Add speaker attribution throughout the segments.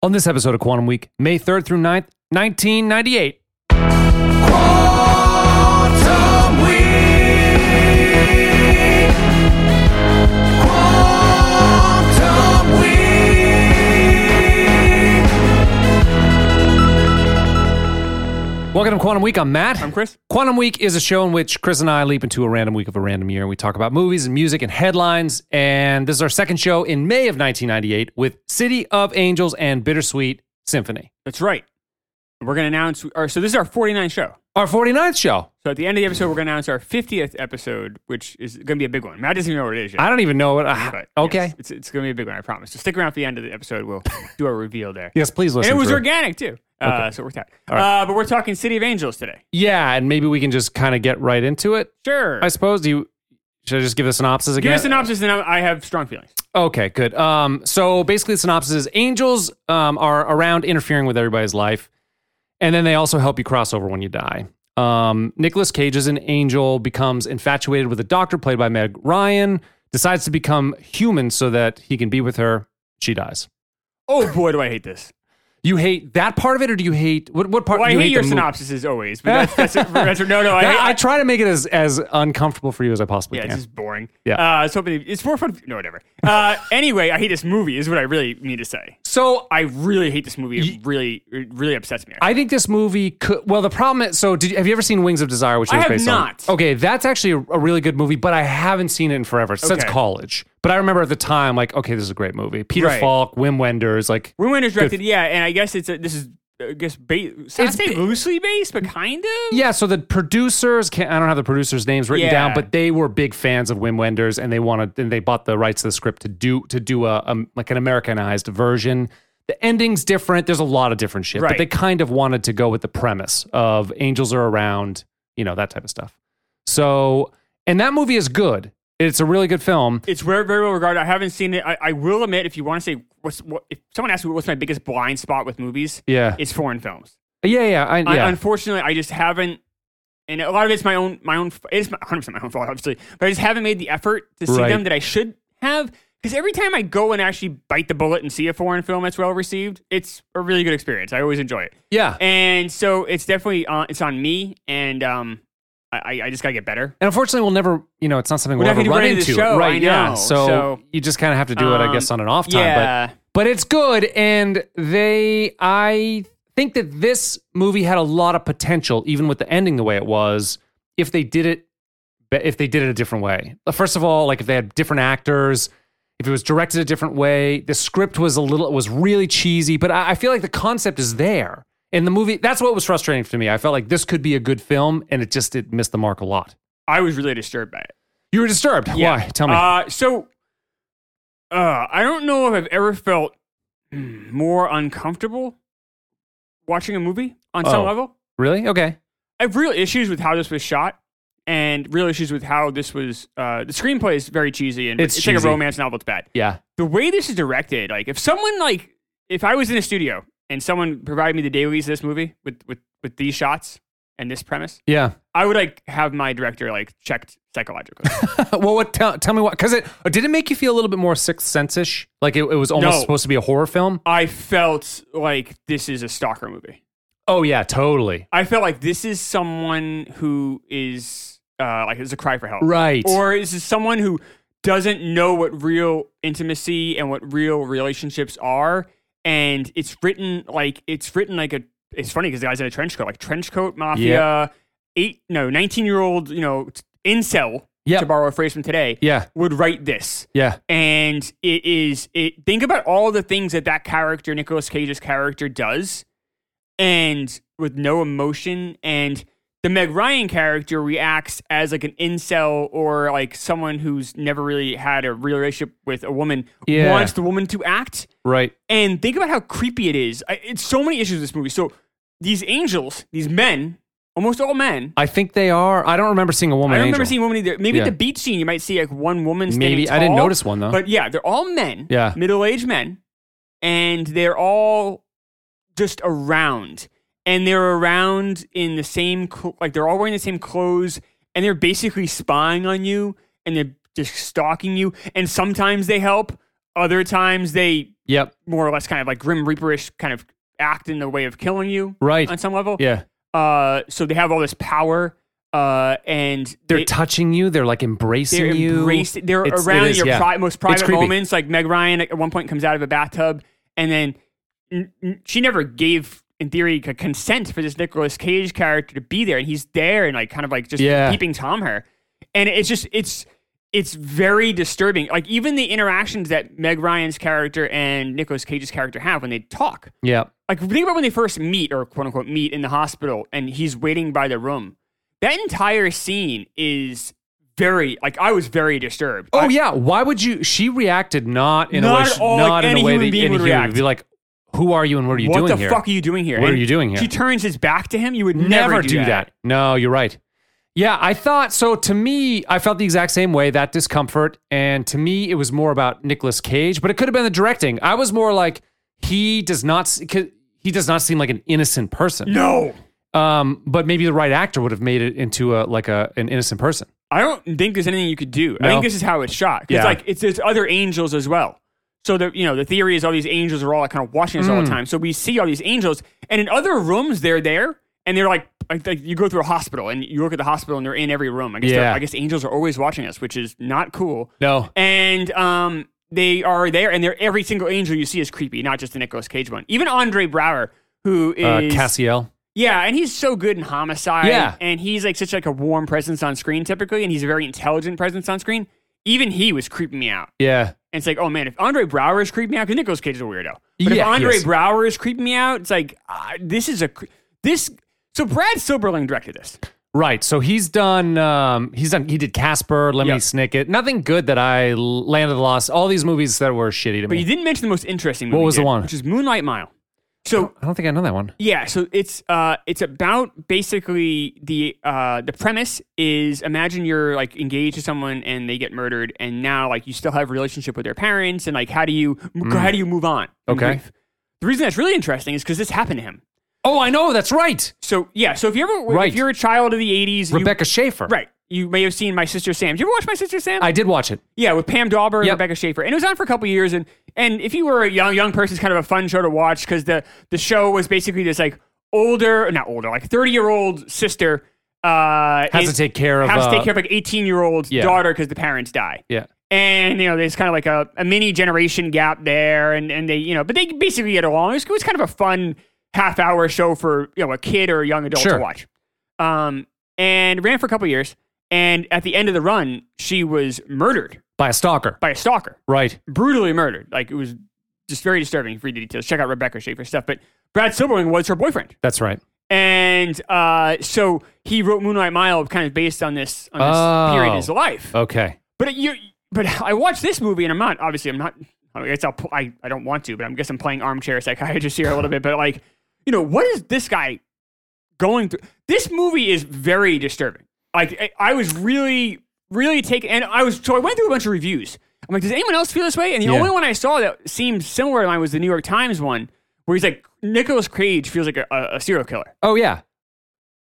Speaker 1: on this episode of Quantum Week, May 3rd through 9th, 1998.
Speaker 2: Quantum Week. Quantum Week.
Speaker 1: Welcome to Quantum Week. I'm Matt.
Speaker 3: I'm Chris.
Speaker 1: Quantum Week is a show in which Chris and I leap into a random week of a random year. We talk about movies and music and headlines. And this is our second show in May of 1998 with City of Angels and Bittersweet Symphony.
Speaker 3: That's right. We're going to announce our, so this is our 49th show.
Speaker 1: Our 49th show.
Speaker 3: So at the end of the episode, we're going to announce our 50th episode, which is going to be a big one. Matt doesn't even know what it is yet.
Speaker 1: I don't even know what.
Speaker 3: but
Speaker 1: okay.
Speaker 3: yes, it's, it's going to be a big one, I promise. So stick around for the end of the episode. We'll do our reveal there.
Speaker 1: Yes, please
Speaker 3: and
Speaker 1: listen.
Speaker 3: it was
Speaker 1: through.
Speaker 3: organic too. Uh, so it worked out. Uh, but we're talking City of Angels today.
Speaker 1: Yeah, and maybe we can just kind of get right into it.
Speaker 3: Sure.
Speaker 1: I suppose. Do you should I just give a synopsis again?
Speaker 3: Give a synopsis, and I I have strong feelings.
Speaker 1: Okay, good. Um, so basically, the synopsis is angels um, are around interfering with everybody's life, and then they also help you cross over when you die. Um, Nicholas Cage as an angel becomes infatuated with a doctor played by Meg Ryan, decides to become human so that he can be with her. She dies.
Speaker 3: Oh boy, do I hate this.
Speaker 1: You hate that part of it, or do you hate what? What part?
Speaker 3: Well, Oh, I
Speaker 1: do you
Speaker 3: hate, your
Speaker 1: the mo-
Speaker 3: synopsis as always, but that's, that's, it. that's no, no. I,
Speaker 1: That-
Speaker 3: hate,
Speaker 1: I try to make it as as uncomfortable for you as I possibly
Speaker 3: Yeah,
Speaker 1: can.
Speaker 3: it's just boring.
Speaker 1: Yeah.
Speaker 3: Uh, I was hoping it's more fun. No, whatever. Uh, anyway, I hate this movie. Is what I really need to say.
Speaker 1: so
Speaker 3: I really hate this movie. It really, it really upsets me.
Speaker 1: I think this movie could. Well, the problem is. So, did you, have you ever seen Wings of Desire, which it
Speaker 3: I
Speaker 1: was
Speaker 3: have
Speaker 1: based
Speaker 3: not.
Speaker 1: on? Okay, that's actually a, a really good movie, but I haven't seen it in forever since
Speaker 3: Okay.
Speaker 1: college. But I remember at the time, like, okay, this is a great movie. Peter
Speaker 3: Right.
Speaker 1: Falk, Wim Wenders, like,
Speaker 3: Wind Winders directed. Yeah, and I guess it's a, this is I guess ba- so I'd
Speaker 1: It's
Speaker 3: say
Speaker 1: ba-
Speaker 3: loosely based, but kind of.
Speaker 1: yeah. So the producers, can I don't have the producers' names written
Speaker 3: Yeah.
Speaker 1: down, but they were big fans of Wim Wenders, and they wanted and they bought the rights to the script to do to do a, a like an Americanized version. The ending's different. There's a lot of different shit, but
Speaker 3: Right.
Speaker 1: they kind of wanted to go with the premise of angels are around, you know, that type of stuff. So, and that movie is good. It's a really good film.
Speaker 3: It's very, very well regarded. I haven't seen it. I, I will admit, if you want to say, what's, what, if someone asks me what's my biggest blind spot with movies,
Speaker 1: Yeah,
Speaker 3: it's foreign films.
Speaker 1: yeah, yeah. I,
Speaker 3: I,
Speaker 1: yeah.
Speaker 3: unfortunately, I just haven't, and a lot of it's my own, my own. It's one hundred percent my own fault, obviously, but I just haven't made the effort to see
Speaker 1: Right.
Speaker 3: them that I should have. Because every time I go and actually bite the bullet and see a foreign film that's well received, it's a really good experience. I always enjoy it,
Speaker 1: yeah.
Speaker 3: and so it's definitely on, it's on me, and um, I, I- I just gotta get better.
Speaker 1: And unfortunately, we'll never, you know, it's not something we'll
Speaker 3: not
Speaker 1: ever
Speaker 3: gonna
Speaker 1: run
Speaker 3: do it in this
Speaker 1: into,
Speaker 3: show,
Speaker 1: right?
Speaker 3: I
Speaker 1: yeah.
Speaker 3: know.
Speaker 1: So,
Speaker 3: So,
Speaker 1: you just kind of have to do it, I
Speaker 3: um,
Speaker 1: guess, on an off time. But
Speaker 3: yeah,
Speaker 1: but it's good and they i think that this movie had a lot of potential even with the ending the way it was if they did it if they did it a different way first of all like if they had different actors if it was directed a different way the script was a little it was really cheesy but i, I feel like the concept is there and the movie that's what was frustrating to me i felt like this could be a good film and it just it missed the mark a lot
Speaker 3: I was really disturbed by it.
Speaker 1: you were disturbed
Speaker 3: Yeah.
Speaker 1: why tell me
Speaker 3: Uh, so, uh, I don't know if I've ever felt mm, more uncomfortable watching a movie on some
Speaker 1: Oh.
Speaker 3: level.
Speaker 1: really okay
Speaker 3: I have real issues with how this was shot, and real issues with how this was. Uh, the screenplay is very cheesy, and
Speaker 1: It's
Speaker 3: it's, like a
Speaker 1: cheesy.
Speaker 3: romance novel. It's bad.
Speaker 1: yeah
Speaker 3: The way this is directed, like if someone like if I was in a studio and someone provided me the dailies of this movie with with with these shots and this premise,
Speaker 1: yeah
Speaker 3: I would like have my director like checked psychologically.
Speaker 1: Uh, well, what tell, tell me what? Because it uh, did it make you feel a little bit more sixth sense ish? Like it, it was almost
Speaker 3: No.
Speaker 1: supposed to be a horror film.
Speaker 3: I felt like this is a stalker movie.
Speaker 1: Oh yeah, totally.
Speaker 3: I felt like this is someone who is uh, like it's a cry for help,
Speaker 1: Right.
Speaker 3: Or is this someone who doesn't know what real intimacy and what real relationships are, and it's written like it's written like a. It's funny because the guy's in a trench coat, like trench coat mafia, eight no nineteen year old you know t- incel
Speaker 1: Yep.
Speaker 3: to borrow a phrase from today.
Speaker 1: Yeah,
Speaker 3: would write this
Speaker 1: yeah,
Speaker 3: and it is it think about all the things that that character Nicolas Cage's character does and with no emotion and the Meg Ryan character reacts as like an incel or like someone who's never really had a real relationship with a woman
Speaker 1: Yeah.
Speaker 3: wants the woman to act
Speaker 1: right.
Speaker 3: and think about how creepy it is I, it's so many issues with this movie so these angels these men almost all men
Speaker 1: I think they are. I don't remember seeing a woman.
Speaker 3: I don't remember
Speaker 1: angel.
Speaker 3: seeing women either. Maybe
Speaker 1: Yeah.
Speaker 3: at the beach scene, you might see like one woman. Standing
Speaker 1: Maybe I didn't
Speaker 3: tall,
Speaker 1: notice one though.
Speaker 3: But yeah, they're all men.
Speaker 1: Yeah.
Speaker 3: middle-aged men, and they're all just around, and they're around in the same cl- like they're all wearing the same clothes, and they're basically spying on you, and they're just stalking you. And sometimes they help, other times they
Speaker 1: Yep.
Speaker 3: more or less kind of like grim reaperish kind of act in the way of killing you
Speaker 1: Right.
Speaker 3: on some level.
Speaker 1: Yeah.
Speaker 3: Uh, so they have all this power, uh, and
Speaker 1: They're
Speaker 3: they,
Speaker 1: touching you. They're like embracing
Speaker 3: they're
Speaker 1: you.
Speaker 3: embraced. They're
Speaker 1: It's- it
Speaker 3: around
Speaker 1: is,
Speaker 3: your
Speaker 1: yeah.
Speaker 3: pri-
Speaker 1: It's
Speaker 3: most private
Speaker 1: creepy.
Speaker 3: moments. Like Meg Ryan at one point comes out of a bathtub, and then n- n- she never gave, in theory, c- consent for this Nicolas Cage character to be there, and he's there and like kind of like just
Speaker 1: Yeah.
Speaker 3: peeping Tom her, and it's just it's it's very disturbing. Like even the interactions that Meg Ryan's character and Nicolas Cage's character have when they talk
Speaker 1: Yep.
Speaker 3: like think about when they first meet or quote unquote meet in the hospital and he's waiting by the room that entire scene is very like i was very disturbed
Speaker 1: Oh
Speaker 3: I-
Speaker 1: yeah. Why would you? She reacted not in a
Speaker 3: Not
Speaker 1: way.
Speaker 3: at
Speaker 1: she-
Speaker 3: all like
Speaker 1: not in
Speaker 3: any
Speaker 1: a way
Speaker 3: human
Speaker 1: that
Speaker 3: being
Speaker 1: any
Speaker 3: would
Speaker 1: human
Speaker 3: react.
Speaker 1: be like, "Who are you and what are you
Speaker 3: what
Speaker 1: doing
Speaker 3: the
Speaker 1: here?
Speaker 3: fuck are you doing here
Speaker 1: What are
Speaker 3: And
Speaker 1: you doing here?
Speaker 3: she turns his back to him you would
Speaker 1: never, do, that.
Speaker 3: that,
Speaker 1: No, you're right. Yeah, I thought so. To me, I felt the exact same way that discomfort. And to me, it was more about Nicolas Cage, but it could have been the directing. I was more like, he does not. s- c- He does not seem like an innocent person.
Speaker 3: no
Speaker 1: Um, but maybe the right actor would have made it into a like a an innocent person.
Speaker 3: i don't think there's anything you could do i
Speaker 1: No.
Speaker 3: think this is how it's shot it's
Speaker 1: Yeah.
Speaker 3: like it's there's other angels as well so the you know the theory is all these angels are all like kind of watching us
Speaker 1: Mm.
Speaker 3: all the time so we see all these angels and in other rooms they're there and they're like, like, like you go through a hospital and you look at the hospital and they're in every room. I guess, they're-
Speaker 1: Yeah.
Speaker 3: I guess angels are always watching us, which is not cool.
Speaker 1: No.
Speaker 3: and um, they are there, and they're every single angel you see is creepy, not just the Nicolas Cage one. Even Andre Brower, who is
Speaker 1: Uh, Cassiel.
Speaker 3: yeah, and he's so good in Homicide,
Speaker 1: Yeah.
Speaker 3: and he's like such like a warm presence on screen typically, and he's a very intelligent presence on screen. Even he was creeping me out.
Speaker 1: Yeah.
Speaker 3: And it's like, oh man, if Andre Brower is creeping me out, because Nicolas Cage is a weirdo. But
Speaker 1: Yeah,
Speaker 3: if
Speaker 1: he
Speaker 3: Andre
Speaker 1: is.
Speaker 3: Brower is creeping me out, it's like ah, this is a cre- this. So Brad Silberling directed this.
Speaker 1: Right. So he's done. Um, he's done. He did Casper, Lemony
Speaker 3: Yep.
Speaker 1: Snicket. Nothing good that I Land of the Lost. All these movies that were shitty to
Speaker 3: But
Speaker 1: me.
Speaker 3: you didn't mention the most interesting movie.
Speaker 1: What was
Speaker 3: he
Speaker 1: the
Speaker 3: did,
Speaker 1: one?
Speaker 3: Which is Moonlight Mile. So
Speaker 1: I don't think I know that one.
Speaker 3: yeah, so it's uh it's about basically the uh the premise is imagine you're like engaged to someone and they get murdered and now like you still have a relationship with their parents and like how do you how do you move on? from
Speaker 1: Mm. Okay.
Speaker 3: grief? The reason that's really interesting is because this happened to him.
Speaker 1: Oh, I know. That's right.
Speaker 3: So yeah, so if you ever
Speaker 1: Right.
Speaker 3: if you're a child of the '80s, you,
Speaker 1: Rebecca Schaefer.
Speaker 3: right? You may have seen My Sister Sam. Did you ever watch My Sister Sam?
Speaker 1: I did watch it.
Speaker 3: yeah, with Pam Dauber and
Speaker 1: Yep.
Speaker 3: Rebecca Schaefer, and it was on for a couple years. And and if you were a young young person, it's kind of a fun show to watch because the the show was basically this like older, not older, like thirty year old sister uh,
Speaker 1: Has
Speaker 3: is-
Speaker 1: to take care of.
Speaker 3: has to
Speaker 1: uh,
Speaker 3: take care of like eighteen year old
Speaker 1: Yeah.
Speaker 3: daughter because the parents die.
Speaker 1: Yeah.
Speaker 3: And you know, there's kind of like a, a mini generation gap there, and, and they you know, but they basically get along. It was, it was kind of a fun half hour show for you know a kid or a young adult
Speaker 1: Sure.
Speaker 3: to watch. Um, and ran for a couple years, and at the end of the run, she was murdered
Speaker 1: by a stalker.
Speaker 3: by a stalker,
Speaker 1: Right.
Speaker 3: brutally murdered. Like it was just very disturbing. Read the details. Check out Rebecca Schaefer stuff. But Brad Silberling was her boyfriend,
Speaker 1: That's right.
Speaker 3: and uh, so he wrote Moonlight Mile kind of based on this on this
Speaker 1: Oh.
Speaker 3: period in his life.
Speaker 1: Okay.
Speaker 3: But it, you, but I watched this movie, and I'm not obviously I'm not. I guess I'll, pl- I I don't want to, but I guess I'm playing armchair psychiatrist here a little bit. But like, you know, what is this guy going through? This movie is very disturbing. Like, I, I was really, really taken, and I was so I went through a bunch of reviews. I'm like, does anyone else feel this way? And the
Speaker 1: Yeah.
Speaker 3: only one I saw that seemed similar to mine was the New York Times one, where he's like, Nicholas Cage feels like a, a, a serial killer.
Speaker 1: Oh yeah.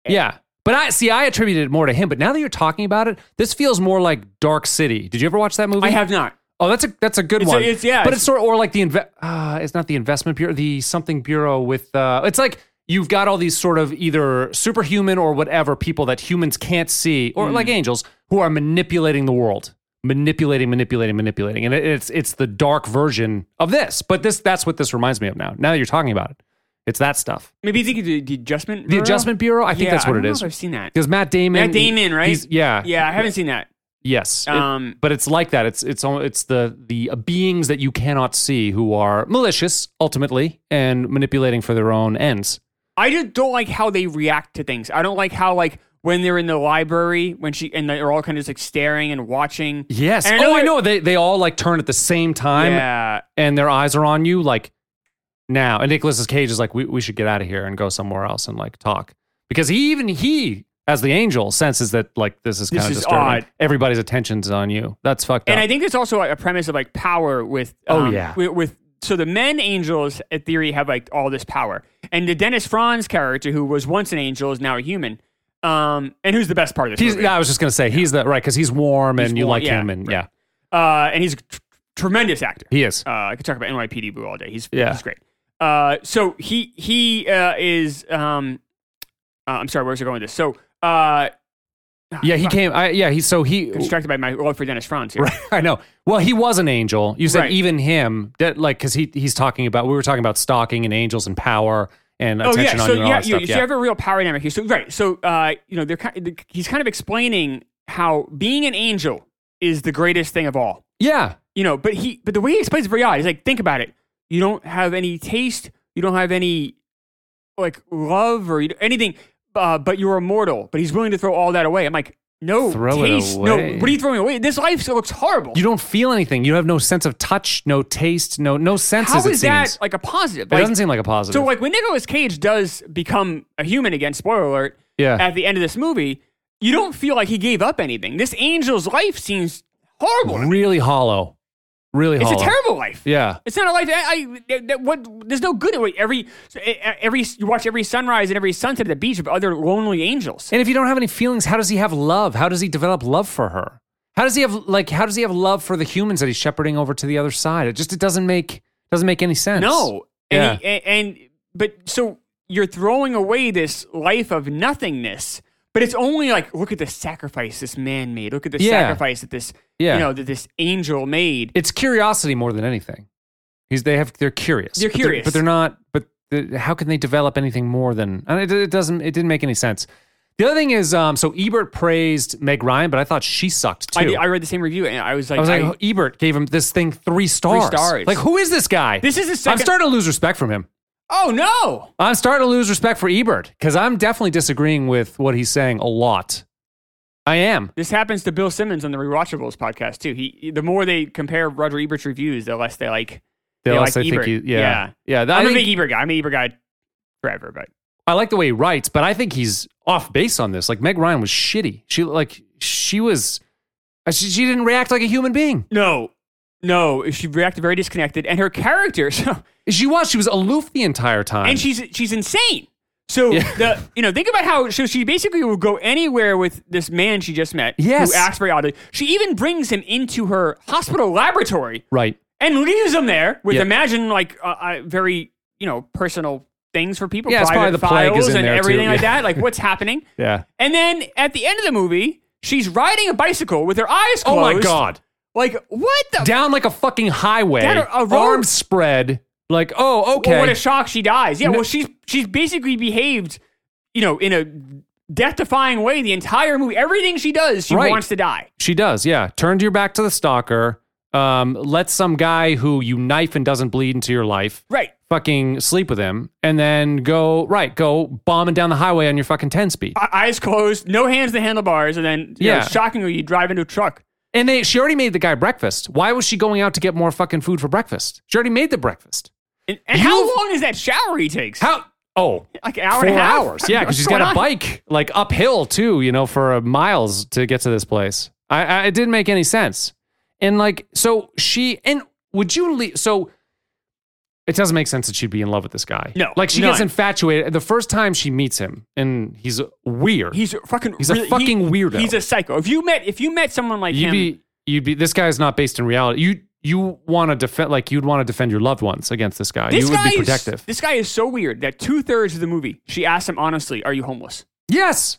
Speaker 1: Yeah. But I see. I attributed it more to him. But now that you're talking about it, this feels more like Dark City. Did you ever watch that movie?
Speaker 3: I have not.
Speaker 1: Oh, that's a that's a good
Speaker 3: It's a-
Speaker 1: one.
Speaker 3: it's- yeah,
Speaker 1: but
Speaker 3: it's-
Speaker 1: it's, sort of or like the inve- uh, it's not the investment bureau, the something bureau with uh, it's like you've got all these sort of either superhuman or whatever people that humans can't see
Speaker 3: Mm.
Speaker 1: or like angels who are manipulating the world, manipulating, manipulating, manipulating, and it, it's it's the dark version of this. But this that's what this reminds me of now. Now that you're talking about it, it's that stuff.
Speaker 3: Maybe you think of the, the adjustment.
Speaker 1: The Adjustment Bureau. I think that's what
Speaker 3: I
Speaker 1: it
Speaker 3: don't know
Speaker 1: is
Speaker 3: if I've seen that.
Speaker 1: because Matt Damon.
Speaker 3: Matt Damon, right?
Speaker 1: he's- yeah.
Speaker 3: Yeah, I haven't seen that.
Speaker 1: Yes. It-
Speaker 3: Um,
Speaker 1: but it's like that. It's it's al- it's the the uh, beings that you cannot see who are malicious ultimately and manipulating for their own ends.
Speaker 3: I just don't like how they react to things. I don't like how like when they're in the library when she and they're all kind of just like staring and watching.
Speaker 1: Yes.
Speaker 3: And
Speaker 1: oh, I
Speaker 3: that-
Speaker 1: know. They they all like turn at the same time
Speaker 3: yeah,
Speaker 1: and their eyes are on you like now. And Nicolas Cage is like, we, we should get out of here and go somewhere else and like talk because he even he as the angel senses that like this is
Speaker 3: This
Speaker 1: kind of
Speaker 3: is
Speaker 1: disturbing.
Speaker 3: odd.
Speaker 1: Everybody's attention's on you. That's fucked
Speaker 3: and
Speaker 1: up.
Speaker 3: I think it's also like, a premise of like power with. um,
Speaker 1: Oh, yeah.
Speaker 3: with, with so the men angels in theory have like all this power, and the Dennis Franz character who was once an angel is now a human, um, and who's the best part of this
Speaker 1: he's,
Speaker 3: movie?
Speaker 1: I was just gonna say he's the right because he's warm and you
Speaker 3: warm,
Speaker 1: like
Speaker 3: yeah,
Speaker 1: him and
Speaker 3: right.
Speaker 1: yeah.
Speaker 3: uh, and he's tremendous actor.
Speaker 1: He is.
Speaker 3: Uh, I could talk about NYPD Blue all day. He's
Speaker 1: Yeah.
Speaker 3: he's great. Uh, so he he uh, is. Um, uh, I'm sorry, where's I going with this? So uh,
Speaker 1: Yeah, he came. I, yeah, he. So he.
Speaker 3: distracted by my love for Dennis Franz. Here.
Speaker 1: Right, I know. Well, he was an angel. You said
Speaker 3: Right.
Speaker 1: even him that like because he he's talking about we were talking about stalking and angels and power and
Speaker 3: Oh yeah,
Speaker 1: attention on you
Speaker 3: so
Speaker 1: and all
Speaker 3: yeah,
Speaker 1: that
Speaker 3: you,
Speaker 1: stuff.
Speaker 3: so
Speaker 1: Yeah.
Speaker 3: you have a real power dynamic here. So right, so uh, you know they're kind he's kind of explaining how being an angel is the greatest thing of all.
Speaker 1: yeah,
Speaker 3: you know, but he, but the way he explains it very odd. He's like, think about it. You don't have any taste. You don't have any like love or you, anything. Uh, but you're immortal. But he's willing to throw all that away. I'm like, no
Speaker 1: Throw it
Speaker 3: taste. No,
Speaker 1: away.
Speaker 3: what are you throwing away? This life looks horrible.
Speaker 1: you don't feel anything. You have no sense of touch, no taste, no no senses.
Speaker 3: How
Speaker 1: it seems.
Speaker 3: is that like a positive?
Speaker 1: it
Speaker 3: Like,
Speaker 1: doesn't seem like a positive.
Speaker 3: so, like when Nicolas Cage does become a human again, spoiler alert,
Speaker 1: yeah,
Speaker 3: at the end of this movie, you don't feel like he gave up anything. This angel's life seems horrible. to me.
Speaker 1: really hollow, really
Speaker 3: It's
Speaker 1: hollow.
Speaker 3: a terrible life.
Speaker 1: yeah,
Speaker 3: It's not a life. I, I that, that- what there's no good in it. Every e, every you watch every sunrise and every sunset at the beach of other lonely angels.
Speaker 1: and if you don't have any feelings, how does he have love? How does he develop love for her? How does he have like? How does he have love for the humans that he's shepherding over to the other side? It just it doesn't make doesn't make any sense.
Speaker 3: No, and, he- and, and but so you're throwing away this life of nothingness. But it's only like look at the sacrifice this man made. Look at the
Speaker 1: Yeah.
Speaker 3: sacrifice that this
Speaker 1: Yeah.
Speaker 3: you know that this angel made.
Speaker 1: it's curiosity more than anything. He's they have they're curious.
Speaker 3: They're
Speaker 1: But
Speaker 3: curious.
Speaker 1: but they're not. But the, how can they develop anything more than? And it, it doesn't. It didn't make any sense. The other thing is, um, so Ebert praised Meg Ryan, but I thought she sucked too.
Speaker 3: I, did- I read the same review and I was like,
Speaker 1: I was like,
Speaker 3: I-
Speaker 1: "Oh, Ebert gave him this thing three stars.
Speaker 3: stars.
Speaker 1: Like, who is this guy?
Speaker 3: this is the
Speaker 1: I'm
Speaker 3: second.
Speaker 1: starting to lose respect from him.
Speaker 3: oh no!
Speaker 1: I'm starting to lose respect for Ebert because I'm definitely disagreeing with what he's saying a lot. I am.
Speaker 3: This happens to Bill Simmons on the Rewatchables podcast too. He the more they compare Roger Ebert's reviews, the less they like They
Speaker 1: Unless
Speaker 3: like
Speaker 1: I think
Speaker 3: Ebert.
Speaker 1: he- yeah,
Speaker 3: Yeah.
Speaker 1: yeah. that- I
Speaker 3: I'm
Speaker 1: think-
Speaker 3: a big Ebert guy. I'm an Ebert guy forever, but
Speaker 1: I like the way he writes, but I think he's off base on this. Like Meg Ryan was shitty. She like she was she, she didn't react like a human being.
Speaker 3: no, no. She reacted very disconnected, and her character. So,
Speaker 1: She was she was aloof the entire time.
Speaker 3: and she's she's insane. So
Speaker 1: Yeah.
Speaker 3: the you know think about how so she basically will go anywhere with this man she just met
Speaker 1: Yes.
Speaker 3: who acts very oddly. She even brings him into her hospital laboratory
Speaker 1: right.
Speaker 3: and leaves him there with
Speaker 1: Yeah.
Speaker 3: imagine like uh, uh, very you know personal things for people.
Speaker 1: Yeah, it's
Speaker 3: private
Speaker 1: probably the plague
Speaker 3: files
Speaker 1: is in
Speaker 3: and
Speaker 1: there, too.
Speaker 3: everything like
Speaker 1: Yeah.
Speaker 3: that. Like what's happening?
Speaker 1: Yeah.
Speaker 3: And then at the end of the movie, she's riding a bicycle with her eyes
Speaker 1: Oh
Speaker 3: closed.
Speaker 1: my god.
Speaker 3: Like what the
Speaker 1: Down like a fucking highway.
Speaker 3: Down a- a road-
Speaker 1: arms spread. Like oh okay.
Speaker 3: Well, what a shock she dies. Yeah,
Speaker 1: No-
Speaker 3: well she's she's basically behaved, you know, in a death-defying way the entire movie. Everything she does, she
Speaker 1: Right.
Speaker 3: wants to die.
Speaker 1: she does. Yeah. Turn your back to the stalker. Um, let some guy who you knife and doesn't bleed into your life.
Speaker 3: Right.
Speaker 1: Fucking sleep with him, and then go right. Go bombing down the highway on your fucking ten speed.
Speaker 3: E- Eyes closed, no hands to handlebars, and then you know,
Speaker 1: Yeah.
Speaker 3: shockingly you drive into a truck.
Speaker 1: And they, she already made the guy breakfast. Why was she going out to get more fucking food for breakfast? She already made the breakfast.
Speaker 3: And, and how
Speaker 1: You-
Speaker 3: long is that shower he takes?
Speaker 1: How? Oh,
Speaker 3: like an hour
Speaker 1: four
Speaker 3: and a half?
Speaker 1: hours. Yeah, because she's
Speaker 3: What's
Speaker 1: got a
Speaker 3: going on?
Speaker 1: bike like uphill too. You know, for uh, miles to get to this place. I, I it didn't make any sense. And like, so she and would you leave? So it doesn't make sense that she'd be in love with this guy.
Speaker 3: No,
Speaker 1: like she gets
Speaker 3: none.
Speaker 1: infatuated the first time she meets him, and he's weird.
Speaker 3: He's a fucking
Speaker 1: He's a
Speaker 3: really- he-
Speaker 1: fucking weirdo.
Speaker 3: He's a psycho. If you met if you met someone like
Speaker 1: you'd
Speaker 3: him,
Speaker 1: be you'd be this guy is not based in reality you you want to defend like you'd want to defend your loved ones against this guy
Speaker 3: this
Speaker 1: you would
Speaker 3: guy
Speaker 1: be
Speaker 3: is-
Speaker 1: protective
Speaker 3: this guy is so weird that two thirds of the movie, she asks him honestly, "Are you homeless?"
Speaker 1: yes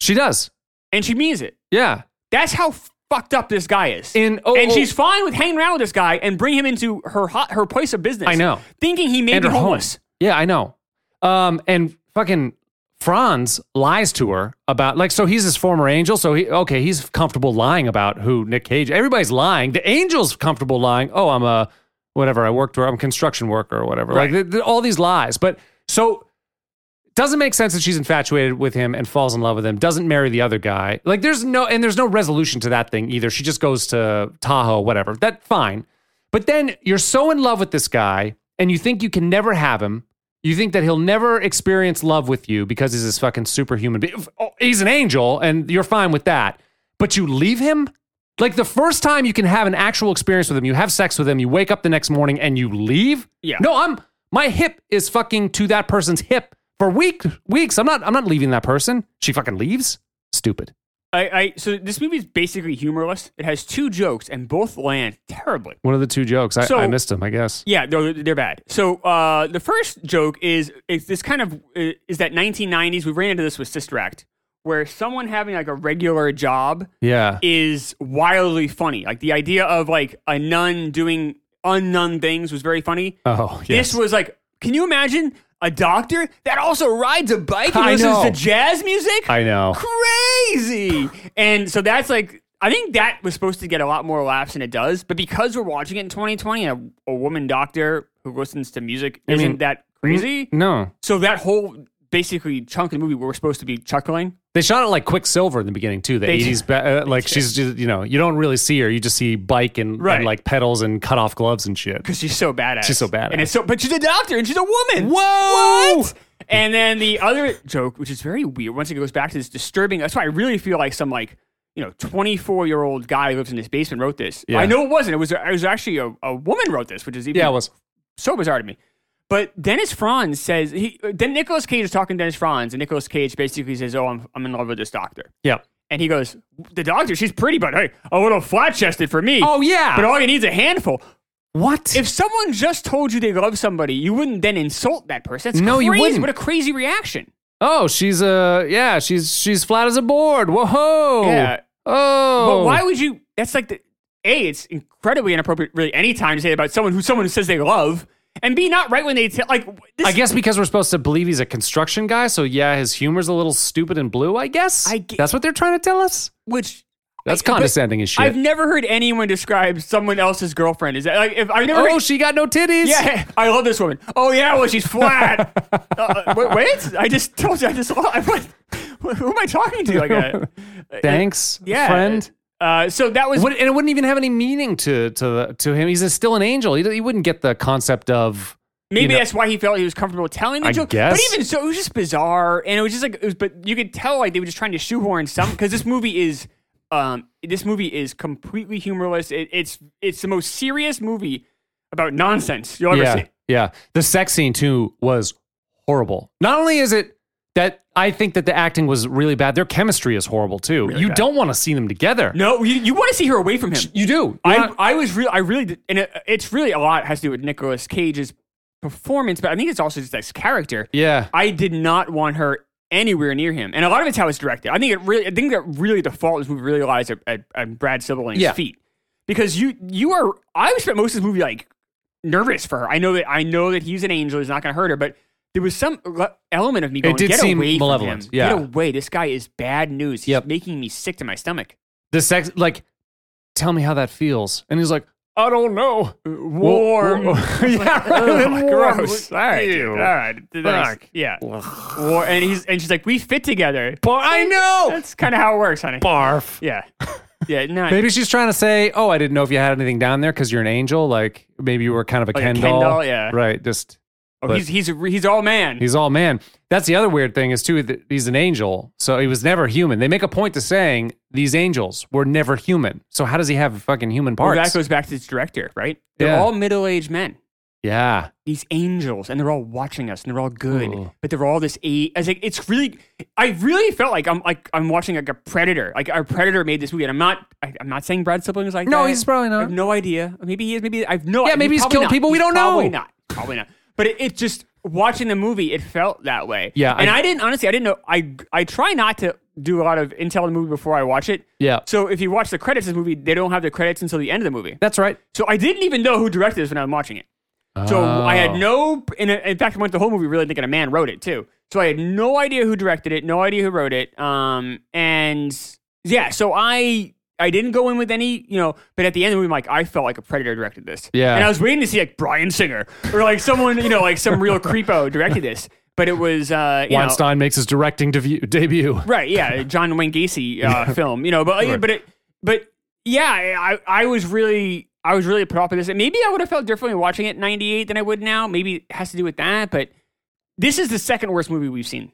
Speaker 1: she does
Speaker 3: And she means it.
Speaker 1: yeah
Speaker 3: That's how fucked up this guy is.
Speaker 1: In- oh,
Speaker 3: and
Speaker 1: oh.
Speaker 3: she's fine with hanging around with this guy and bring him into her hot, her place of business.
Speaker 1: I know.
Speaker 3: thinking he may
Speaker 1: And
Speaker 3: be
Speaker 1: her home.
Speaker 3: homeless.
Speaker 1: yeah i know um and fucking franz lies to her about like so he's his former angel so he okay he's comfortable lying about who nick cage everybody's lying the angel's comfortable lying oh i'm a whatever i worked or i'm a construction worker or whatever like
Speaker 3: Right.
Speaker 1: th- th- all these lies but so doesn't make sense that she's infatuated with him and falls in love with him doesn't marry the other guy like there's no and there's no resolution to that thing either she just goes to tahoe whatever that fine but then you're so in love with this guy and you think you can never have him you think that he'll never experience love with you because he's this fucking superhuman being. Oh, he's an angel and you're fine with that but you leave him like the first time you can have an actual experience with him you have sex with him you wake up the next morning and you leave
Speaker 3: Yeah.
Speaker 1: no i'm my hip is fucking to that person's hip for week, weeks i'm not i'm not leaving that person she fucking leaves stupid
Speaker 3: I, I so this movie is basically humorless. It has two jokes and both land terribly.
Speaker 1: One of the two jokes. I,
Speaker 3: So-
Speaker 1: I missed him, I guess.
Speaker 3: Yeah, no, they're bad. So uh, the first joke is is this kind of uh, is that 1990s. We ran into this with Sister Act, where someone having like a regular job
Speaker 1: Yeah.
Speaker 3: is wildly funny. Like the idea of like a nun doing unknown things was very funny.
Speaker 1: Oh, yes.
Speaker 3: This was like, can you imagine a doctor that also rides a bike and
Speaker 1: I
Speaker 3: listens
Speaker 1: know.
Speaker 3: to jazz music?
Speaker 1: I know.
Speaker 3: Crazy. and so that's like, I think that was supposed to get a lot more laughs than it does, but because we're watching it in 2020, and a, a woman doctor who listens to music isn't
Speaker 1: mean,
Speaker 3: that crazy.
Speaker 1: No.
Speaker 3: So that whole basically chunk of the movie where we're supposed to be chuckling.
Speaker 1: They shot it like Quicksilver in the beginning too. The
Speaker 3: They did.
Speaker 1: eighties, ba- uh, like she's just you know you don't really see her. You just see bike and,
Speaker 3: Right.
Speaker 1: and like pedals and cut off gloves and shit.
Speaker 3: because she's so badass.
Speaker 1: She's so badass.
Speaker 3: and it's so. But she's a doctor, and she's a woman. Whoa! What? And then the other joke, which is very weird, once it goes back to this disturbing. That's why I really feel like some like you know twenty four year old guy who lives in his basement wrote this.
Speaker 1: Yeah.
Speaker 3: I know it wasn't. It was it was actually a, a woman wrote this, which is even
Speaker 1: Yeah, it was.
Speaker 3: so bizarre to me. But Dennis Franz says he then Nicholas Cage is talking to Dennis Franz, and Nicholas Cage basically says, "Oh, I'm I'm in love with this doctor."
Speaker 1: Yeah.
Speaker 3: And he goes, "The doctor, she's pretty, but hey, a little flat chested for me.
Speaker 1: Oh yeah.
Speaker 3: but all you need's a handful."
Speaker 1: what?
Speaker 3: If someone just told you they love somebody, you wouldn't then insult that person. That's
Speaker 1: No, you
Speaker 3: crazy.
Speaker 1: wouldn't.
Speaker 3: What a crazy reaction.
Speaker 1: oh, she's uh yeah she's she's flat as a board. Whoa.
Speaker 3: Yeah.
Speaker 1: Oh.
Speaker 3: But why would you? That's like the a. It's incredibly inappropriate, really, any time to say about someone who someone says they love, and b not right when they tell like this.
Speaker 1: I guess because we're supposed to believe he's a construction guy, so yeah, his humor's a little stupid and blue. I guess.
Speaker 3: I ge-
Speaker 1: That's what they're trying to tell us.
Speaker 3: which
Speaker 1: That's
Speaker 3: I- but
Speaker 1: condescending as shit.
Speaker 3: I've never heard anyone describe someone else's girlfriend. Is that like if I've never?
Speaker 1: oh,
Speaker 3: heard,
Speaker 1: she got no titties.
Speaker 3: yeah, I love this woman. Oh yeah, well she's flat. uh, wait, wait, I just told you I just. I, what, who am I talking to? Like, uh,
Speaker 1: Thanks,
Speaker 3: yeah,
Speaker 1: friend.
Speaker 3: Uh, so that was
Speaker 1: Would- and it wouldn't even have any meaning to to the- to him. He's a, still an angel. He, he wouldn't get the concept of
Speaker 3: Maybe
Speaker 1: you know-
Speaker 3: that's why he felt he was comfortable telling the
Speaker 1: I
Speaker 3: joke.
Speaker 1: guess.
Speaker 3: But even so, it was just bizarre, and it was just like, it was, but you could tell like they were just trying to shoehorn some because this movie is, um, this movie is completely humorless. It, it's it's the most serious movie about nonsense you'll ever
Speaker 1: yeah
Speaker 3: see.
Speaker 1: yeah. The sex scene too was horrible. Not only is it that I think that the acting was really bad. Their chemistry is horrible too. you don't want to see them together.
Speaker 3: No, you, you want to see her away from him.
Speaker 1: you do. You're
Speaker 3: I
Speaker 1: not-
Speaker 3: I was real I really did, and it, it's really a lot has to do with Nicolas Cage's performance, but I think it's also just his character.
Speaker 1: yeah.
Speaker 3: I did not want her anywhere near him, and a lot of it's how it's directed. I think it really, I think that really the fault is we realized at, at, at Brad Sibling's
Speaker 1: Yeah.
Speaker 3: feet because you you are. I spent most of this movie like nervous for her. I know that I know that he's an angel. He's not going to hurt her, but there was some le- element of me going,
Speaker 1: did
Speaker 3: get
Speaker 1: seem
Speaker 3: away
Speaker 1: malevolent,
Speaker 3: from him.
Speaker 1: yeah.
Speaker 3: Get away! This guy is bad news. He's
Speaker 1: Yep.
Speaker 3: making me sick to my stomach.
Speaker 1: The sex like tell me how that feels. And he's like, I don't know.
Speaker 3: Warm.
Speaker 1: yeah, right.
Speaker 3: Ugh,
Speaker 1: warm.
Speaker 3: gross. All right, dude.
Speaker 1: Ew.
Speaker 3: all right. Thanks.
Speaker 1: Fuck.
Speaker 3: Yeah. War, and he's and she's like, we fit together.
Speaker 1: Bar- I know.
Speaker 3: That's kind of how it works, honey.
Speaker 1: Barf.
Speaker 3: Yeah. Yeah. No.
Speaker 1: Maybe she's trying to say, "Oh, I didn't know if you had anything down there because you're an angel. Like maybe you were kind of a
Speaker 3: Like a
Speaker 1: Ken
Speaker 3: Ken
Speaker 1: doll.
Speaker 3: doll, yeah.
Speaker 1: Right. Just
Speaker 3: oh,
Speaker 1: but-
Speaker 3: he's he's he's all man.
Speaker 1: he's all man. That's the other weird thing is too that he's an angel, so he was never human. They make a point to saying these angels were never human. So how does he have fucking human
Speaker 3: Well,
Speaker 1: parts?
Speaker 3: that goes back to its director, right? They're
Speaker 1: Yeah.
Speaker 3: all middle-aged men.
Speaker 1: yeah.
Speaker 3: These angels, and they're all watching us, and they're all good,
Speaker 1: Ooh.
Speaker 3: but they're all this. A- I was like, it's really, I really felt like I'm like I'm watching like a predator. Like our predator made this movie, and I'm not. I, I'm not saying Brad Sibling was like
Speaker 1: No,
Speaker 3: that.
Speaker 1: he's probably
Speaker 3: I
Speaker 1: not.
Speaker 3: have no idea. Maybe he is. Maybe I've no.
Speaker 1: Yeah, maybe he's
Speaker 3: probably
Speaker 1: killed
Speaker 3: not.
Speaker 1: people we
Speaker 3: He's
Speaker 1: don't know.
Speaker 3: Probably not. Probably not. But it, it just watching the movie, it felt that way.
Speaker 1: Yeah,
Speaker 3: and
Speaker 1: I-
Speaker 3: I, didn't honestly. I didn't know. I I try not to do a lot of intel on the movie before I watch it.
Speaker 1: Yeah.
Speaker 3: So if you watch the credits of the movie, they don't have the credits until the end of the movie.
Speaker 1: That's right.
Speaker 3: So I didn't even know who directed this when I'm watching it. So I
Speaker 1: Oh.
Speaker 3: had no. In, in fact, I went the whole movie really thinking a man wrote it too. So I had no idea who directed it, no idea who wrote it. Um, and yeah, so I I didn't go in with any, you know. But at the end of the movie, I'm like I felt like a predator directed this.
Speaker 1: Yeah.
Speaker 3: and I was waiting to see like Brian Singer or like someone, you know, like some real creepo directed this. But it was uh, you know-
Speaker 1: Weinstein makes his directing devu- debut.
Speaker 3: right? Yeah, John Wayne Gacy uh, film, you know. But but it, but yeah, I I was really I was really put off by this. And maybe I would have felt differently watching it in '98 than I would now. Maybe it has to do with that. But this is the second worst movie we've seen.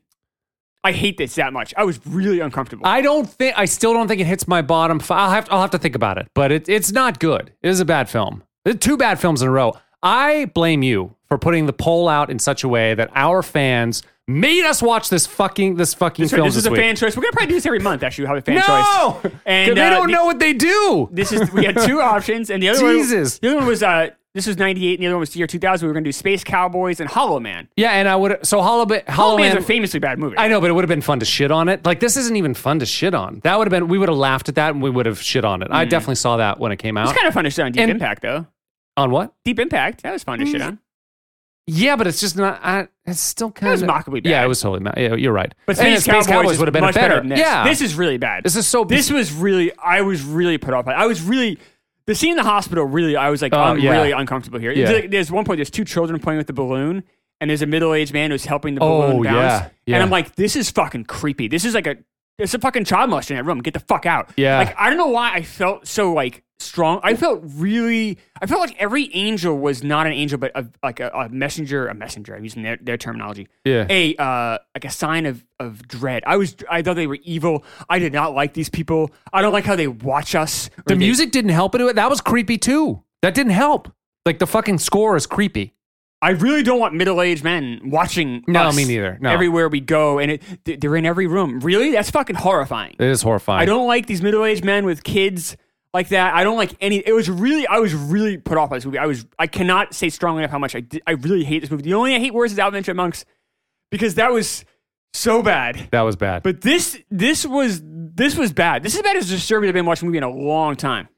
Speaker 3: I hate this that much. I was really uncomfortable.
Speaker 1: I don't think I still don't think it hits my bottom. F- I'll have to, I'll have to think about it, but it, it's not good. It is a bad film. It's Two bad films in a row. I blame you for putting the poll out in such a way that our fans made us watch this fucking this fucking
Speaker 3: So
Speaker 1: film
Speaker 3: this is a
Speaker 1: week.
Speaker 3: fan choice. We're gonna probably do this every month. Actually, we'll have a fan
Speaker 1: no,
Speaker 3: choice.
Speaker 1: 'Cause
Speaker 3: and
Speaker 1: they
Speaker 3: uh,
Speaker 1: don't
Speaker 3: the-
Speaker 1: know what they do.
Speaker 3: This is we had two options, and the other
Speaker 1: Jesus.
Speaker 3: one, the other one was uh, this was '98, and the other one was the year 2000. We were gonna do Space Cowboys and Hollow Man.
Speaker 1: yeah, and I would so Hollow, Ba- Hollow
Speaker 3: Hollow Man's
Speaker 1: Man.
Speaker 3: a famously bad movie.
Speaker 1: I know, but it would have been fun to shit on it. Like this isn't even fun to shit on. That would have been we would have laughed at that and we would have shit on it. I definitely saw that when it came out.
Speaker 3: Mm. it's kind of fun to shit on Deep
Speaker 1: And-
Speaker 3: Impact though.
Speaker 1: on what?
Speaker 3: Deep Impact that was fun to shit on.
Speaker 1: Yeah, but it's just not. I, it's still kind
Speaker 3: was
Speaker 1: of
Speaker 3: mockably bad.
Speaker 1: Yeah, it was totally. Ma- yeah, you're right.
Speaker 3: But
Speaker 1: And
Speaker 3: Space, Cowboys, is
Speaker 1: would have been
Speaker 3: much
Speaker 1: better.
Speaker 3: than this.
Speaker 1: Yeah,
Speaker 3: this is really bad.
Speaker 1: this is so.
Speaker 3: this was really I was really put off. by it. I was really the scene in the hospital. Really, I was like,
Speaker 1: Oh,
Speaker 3: I'm
Speaker 1: yeah.
Speaker 3: really uncomfortable here. It's
Speaker 1: Yeah.
Speaker 3: like- there's one point. There's two children playing with the balloon, and there's a middle aged man who's helping the
Speaker 1: Oh,
Speaker 3: balloon bounce.
Speaker 1: yeah, yeah.
Speaker 3: And I'm like, this is fucking creepy. This is like a it's a fucking child molester in that room. Get the fuck out.
Speaker 1: Yeah.
Speaker 3: Like I don't know why I felt so like strong. I felt really. I felt like every angel was not an angel, but a, like a, a messenger. A messenger. I'm using their, their terminology
Speaker 1: Yeah.
Speaker 3: a uh, like a sign of of dread. I was I thought they were evil. I did not like these people. I don't like how they watch us. or
Speaker 1: the
Speaker 3: they-
Speaker 1: music didn't help it. That was creepy too. That didn't help. Like the fucking score is creepy.
Speaker 3: I really don't want middle aged men watching.
Speaker 1: No,
Speaker 3: us
Speaker 1: me neither. No.
Speaker 3: Everywhere we go, and it, th- they're in every room. Really, that's fucking horrifying.
Speaker 1: It is horrifying.
Speaker 3: I don't like these middle aged men with kids like that. I don't like any. It was really. I was really put off by this movie. I was. I cannot say strongly enough how much I did, I really hate this movie. The only thing I hate worse is Alvin and the Chipmunks because that was so bad.
Speaker 1: That was bad.
Speaker 3: But this this was this was bad. This is about as disturbing as I've been watching a movie in a long time.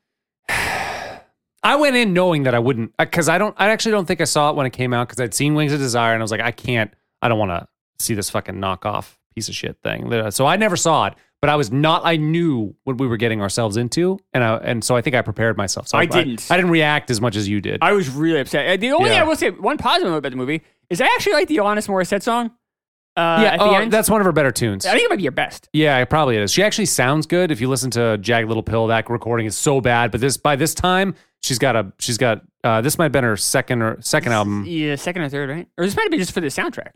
Speaker 1: I went in knowing that I wouldn't, because I don't. I actually don't think I saw it when it came out because I'd seen Wings of Desire and I was like, I can't. I don't want to see this fucking knockoff piece of shit thing. So I never saw it. But I was not. I knew what we were getting ourselves into, and I and so I think I prepared myself. So
Speaker 3: I didn't.
Speaker 1: I, didn't react as much as you did.
Speaker 3: I was really upset. Uh, The only thing
Speaker 1: Yeah.
Speaker 3: I will say, one positive about the movie is I actually like the Alanis Morissette song. Uh,
Speaker 1: yeah,
Speaker 3: at the
Speaker 1: oh,
Speaker 3: end.
Speaker 1: that's one of her better tunes.
Speaker 3: I think it might be your best.
Speaker 1: Yeah, it probably is. She actually sounds good. If you listen to Jag Little Pill, that recording is so bad. But this by this time, she's got a she's got uh, this might have been her second or second album.
Speaker 3: Yeah, second or third, right? Or this might be just for the soundtrack.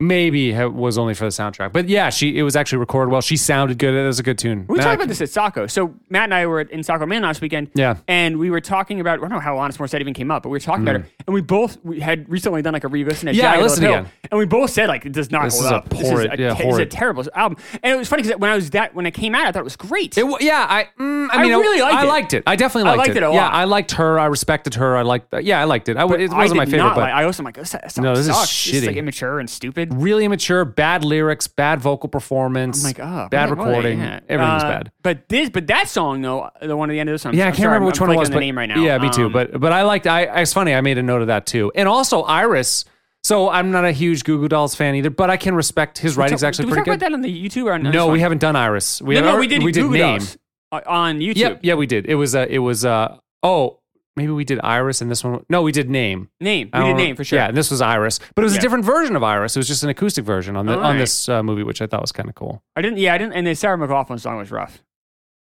Speaker 1: Maybe it was only for the soundtrack. But yeah, she it was actually recorded well. She sounded good. It was a good tune.
Speaker 3: We
Speaker 1: Now
Speaker 3: talked
Speaker 1: I
Speaker 3: about
Speaker 1: can-
Speaker 3: this at Saco. So Matt and I were in Saco Man last weekend.
Speaker 1: Yeah.
Speaker 3: And we were talking about, I don't know how Alanis Morissette even came up, but we were talking about her. And we both we had recently done like a re-listen at
Speaker 1: Mm. Yeah, I
Speaker 3: Jagged Little
Speaker 1: listened
Speaker 3: Pill,
Speaker 1: again.
Speaker 3: And we both said like, it does not
Speaker 1: This
Speaker 3: hold
Speaker 1: is a
Speaker 3: up.
Speaker 1: horrid- yeah,
Speaker 3: this is a
Speaker 1: horrid.
Speaker 3: terrible album. And it was funny because when I was that, when it came out, I thought it was great.
Speaker 1: It, wa- yeah, I mm, I
Speaker 3: I
Speaker 1: mean
Speaker 3: really liked
Speaker 1: I
Speaker 3: it.
Speaker 1: liked it. I definitely
Speaker 3: I
Speaker 1: liked,
Speaker 3: liked it a
Speaker 1: Yeah,
Speaker 3: lot.
Speaker 1: I liked her. I respected her. I liked yeah, I liked it. I, w- it
Speaker 3: I did
Speaker 1: wasn't my favorite,
Speaker 3: not
Speaker 1: but
Speaker 3: like- I also am like, this, that song
Speaker 1: No, this is
Speaker 3: sucks. It's like
Speaker 1: shitty.
Speaker 3: immature and stupid.
Speaker 1: really immature, bad lyrics, bad vocal performance,
Speaker 3: I'm like, oh,
Speaker 1: bad
Speaker 3: what- what-
Speaker 1: recording.
Speaker 3: yeah.
Speaker 1: Everything was
Speaker 3: Uh,
Speaker 1: bad.
Speaker 3: But this, but that song though, the one at the end of this song.
Speaker 1: Yeah,
Speaker 3: I'm
Speaker 1: I can't
Speaker 3: sorry,
Speaker 1: remember
Speaker 3: I'm-
Speaker 1: which
Speaker 3: I'm
Speaker 1: one it
Speaker 3: blanking
Speaker 1: was.
Speaker 3: on the
Speaker 1: but,
Speaker 3: name right now.
Speaker 1: Yeah, me too.
Speaker 3: Um,
Speaker 1: But but I liked. I it's funny. I made a note of that too. And also Iris. So I'm not a huge Goo Goo Dolls fan either, but I can respect his writing's
Speaker 3: so-
Speaker 1: actually
Speaker 3: Um, did we
Speaker 1: pretty
Speaker 3: talk
Speaker 1: good.
Speaker 3: about that on the YouTube or on
Speaker 1: no, we haven't done Iris. We
Speaker 3: No,
Speaker 1: have-
Speaker 3: no, we did.
Speaker 1: We did
Speaker 3: Goo Goo
Speaker 1: name.
Speaker 3: Dolls, uh, on YouTube.
Speaker 1: Yep, yeah, we did. It was uh, it was uh, oh maybe we did Iris and this one. No, we did name.
Speaker 3: Name.
Speaker 1: I
Speaker 3: We did
Speaker 1: don't-
Speaker 3: name for sure.
Speaker 1: Um, Yeah, and this was Iris, but it was
Speaker 3: Yeah.
Speaker 1: a different version of Iris. It was just an acoustic version on the,
Speaker 3: All
Speaker 1: on
Speaker 3: right.
Speaker 1: this uh, movie, which I thought was kind of cool.
Speaker 3: I didn't. Yeah, I didn't. And the Sarah McLaughlin song was rough.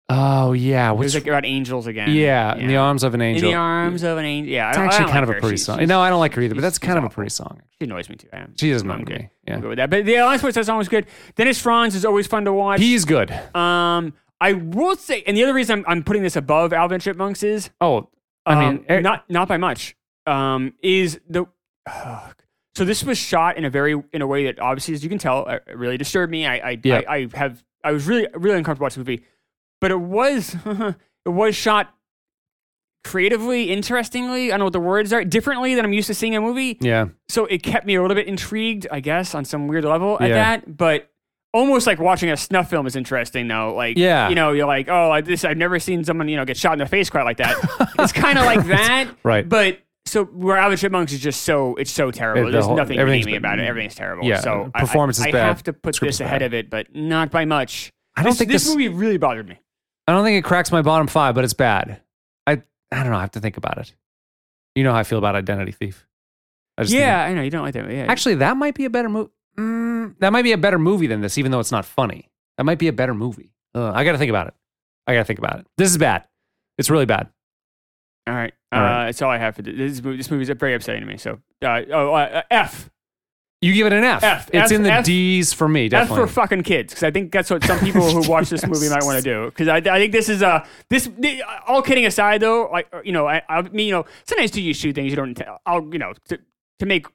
Speaker 1: Oh yeah,
Speaker 3: It was
Speaker 1: which
Speaker 3: like about angels again.
Speaker 1: yeah, in the arms of an
Speaker 3: In
Speaker 1: angel.
Speaker 3: the arms of an angel. Yeah,
Speaker 1: It's
Speaker 3: I don't, I
Speaker 1: actually
Speaker 3: don't
Speaker 1: kind
Speaker 3: like
Speaker 1: of
Speaker 3: her.
Speaker 1: a pretty
Speaker 3: She-
Speaker 1: song.
Speaker 3: she-
Speaker 1: no, I don't like her either, but
Speaker 3: she's-
Speaker 1: that's
Speaker 3: she's
Speaker 1: kind of a
Speaker 3: awful.
Speaker 1: pretty song.
Speaker 3: She annoys me too. I am-
Speaker 1: She doesn't
Speaker 3: I'm
Speaker 1: annoy
Speaker 3: good.
Speaker 1: me, yeah.
Speaker 3: I'll go with that. But the Alanis Morissette song was good. Dennis Franz is always fun to watch.
Speaker 1: He's good.
Speaker 3: Um, I will say, and the other reason I'm, I'm putting this above Alvin Chipmunks is,
Speaker 1: Oh,
Speaker 3: um,
Speaker 1: I mean, eh,
Speaker 3: not not by much. Um, is the so this was shot in a very in a way that obviously, as you can tell, uh, it really disturbed me. I I,
Speaker 1: Yeah.
Speaker 3: I I have I was really really uncomfortable watching the movie, but it was it was shot creatively, interestingly. I don't know what the words are differently than I'm used to seeing in a movie
Speaker 1: yeah,
Speaker 3: so it kept me a little bit intrigued, I guess, on some weird level at
Speaker 1: Yeah.
Speaker 3: that. But almost like watching a snuff film is interesting, though. Like,
Speaker 1: Yeah.
Speaker 3: you know, you're like, oh, I, this I've never seen someone you know get shot in the face quite like that. it's kind of like that,
Speaker 1: Right.
Speaker 3: But so where Alvin Chipmunks is just so it's so terrible.
Speaker 1: the
Speaker 3: There's
Speaker 1: whole-
Speaker 3: nothing
Speaker 1: everything's
Speaker 3: redeeming about it. Everything's terrible.
Speaker 1: yeah,
Speaker 3: So I-
Speaker 1: performance
Speaker 3: I,
Speaker 1: is
Speaker 3: I
Speaker 1: bad,
Speaker 3: have to put
Speaker 1: script's
Speaker 3: this ahead
Speaker 1: bad.
Speaker 3: of it, but not by much.
Speaker 1: I don't
Speaker 3: this,
Speaker 1: think
Speaker 3: this,
Speaker 1: this-
Speaker 3: movie really bothered me.
Speaker 1: I don't think it cracks my bottom five, but it's bad. I I don't know. I have to think about it. You know how I feel about Identity Thief. I just
Speaker 3: Yeah, I know you don't like that. Yeah,
Speaker 1: think- actually, that might be a better movie. Mm, that might be a better movie than this, even though it's not funny. That might be a better movie. Ugh, I got to think about it. I got to think about it. This is bad. It's really bad.
Speaker 3: All right.
Speaker 1: All
Speaker 3: uh,
Speaker 1: right.
Speaker 3: That's all I have for this. This movie, this movie is very upsetting to me. So, uh, oh, uh, F.
Speaker 1: You give it an F.
Speaker 3: F.
Speaker 1: It's
Speaker 3: F-
Speaker 1: in the
Speaker 3: F-
Speaker 1: D's for me,
Speaker 3: That's
Speaker 1: definitely.
Speaker 3: for fucking kids, because I think that's what some people who watch this movie might want to do. Because I, I think this is a this. the- All kidding aside, though, like you know, I, I mean, you know, sometimes too, you shoot things you don't. Intend, I'll you know to, to make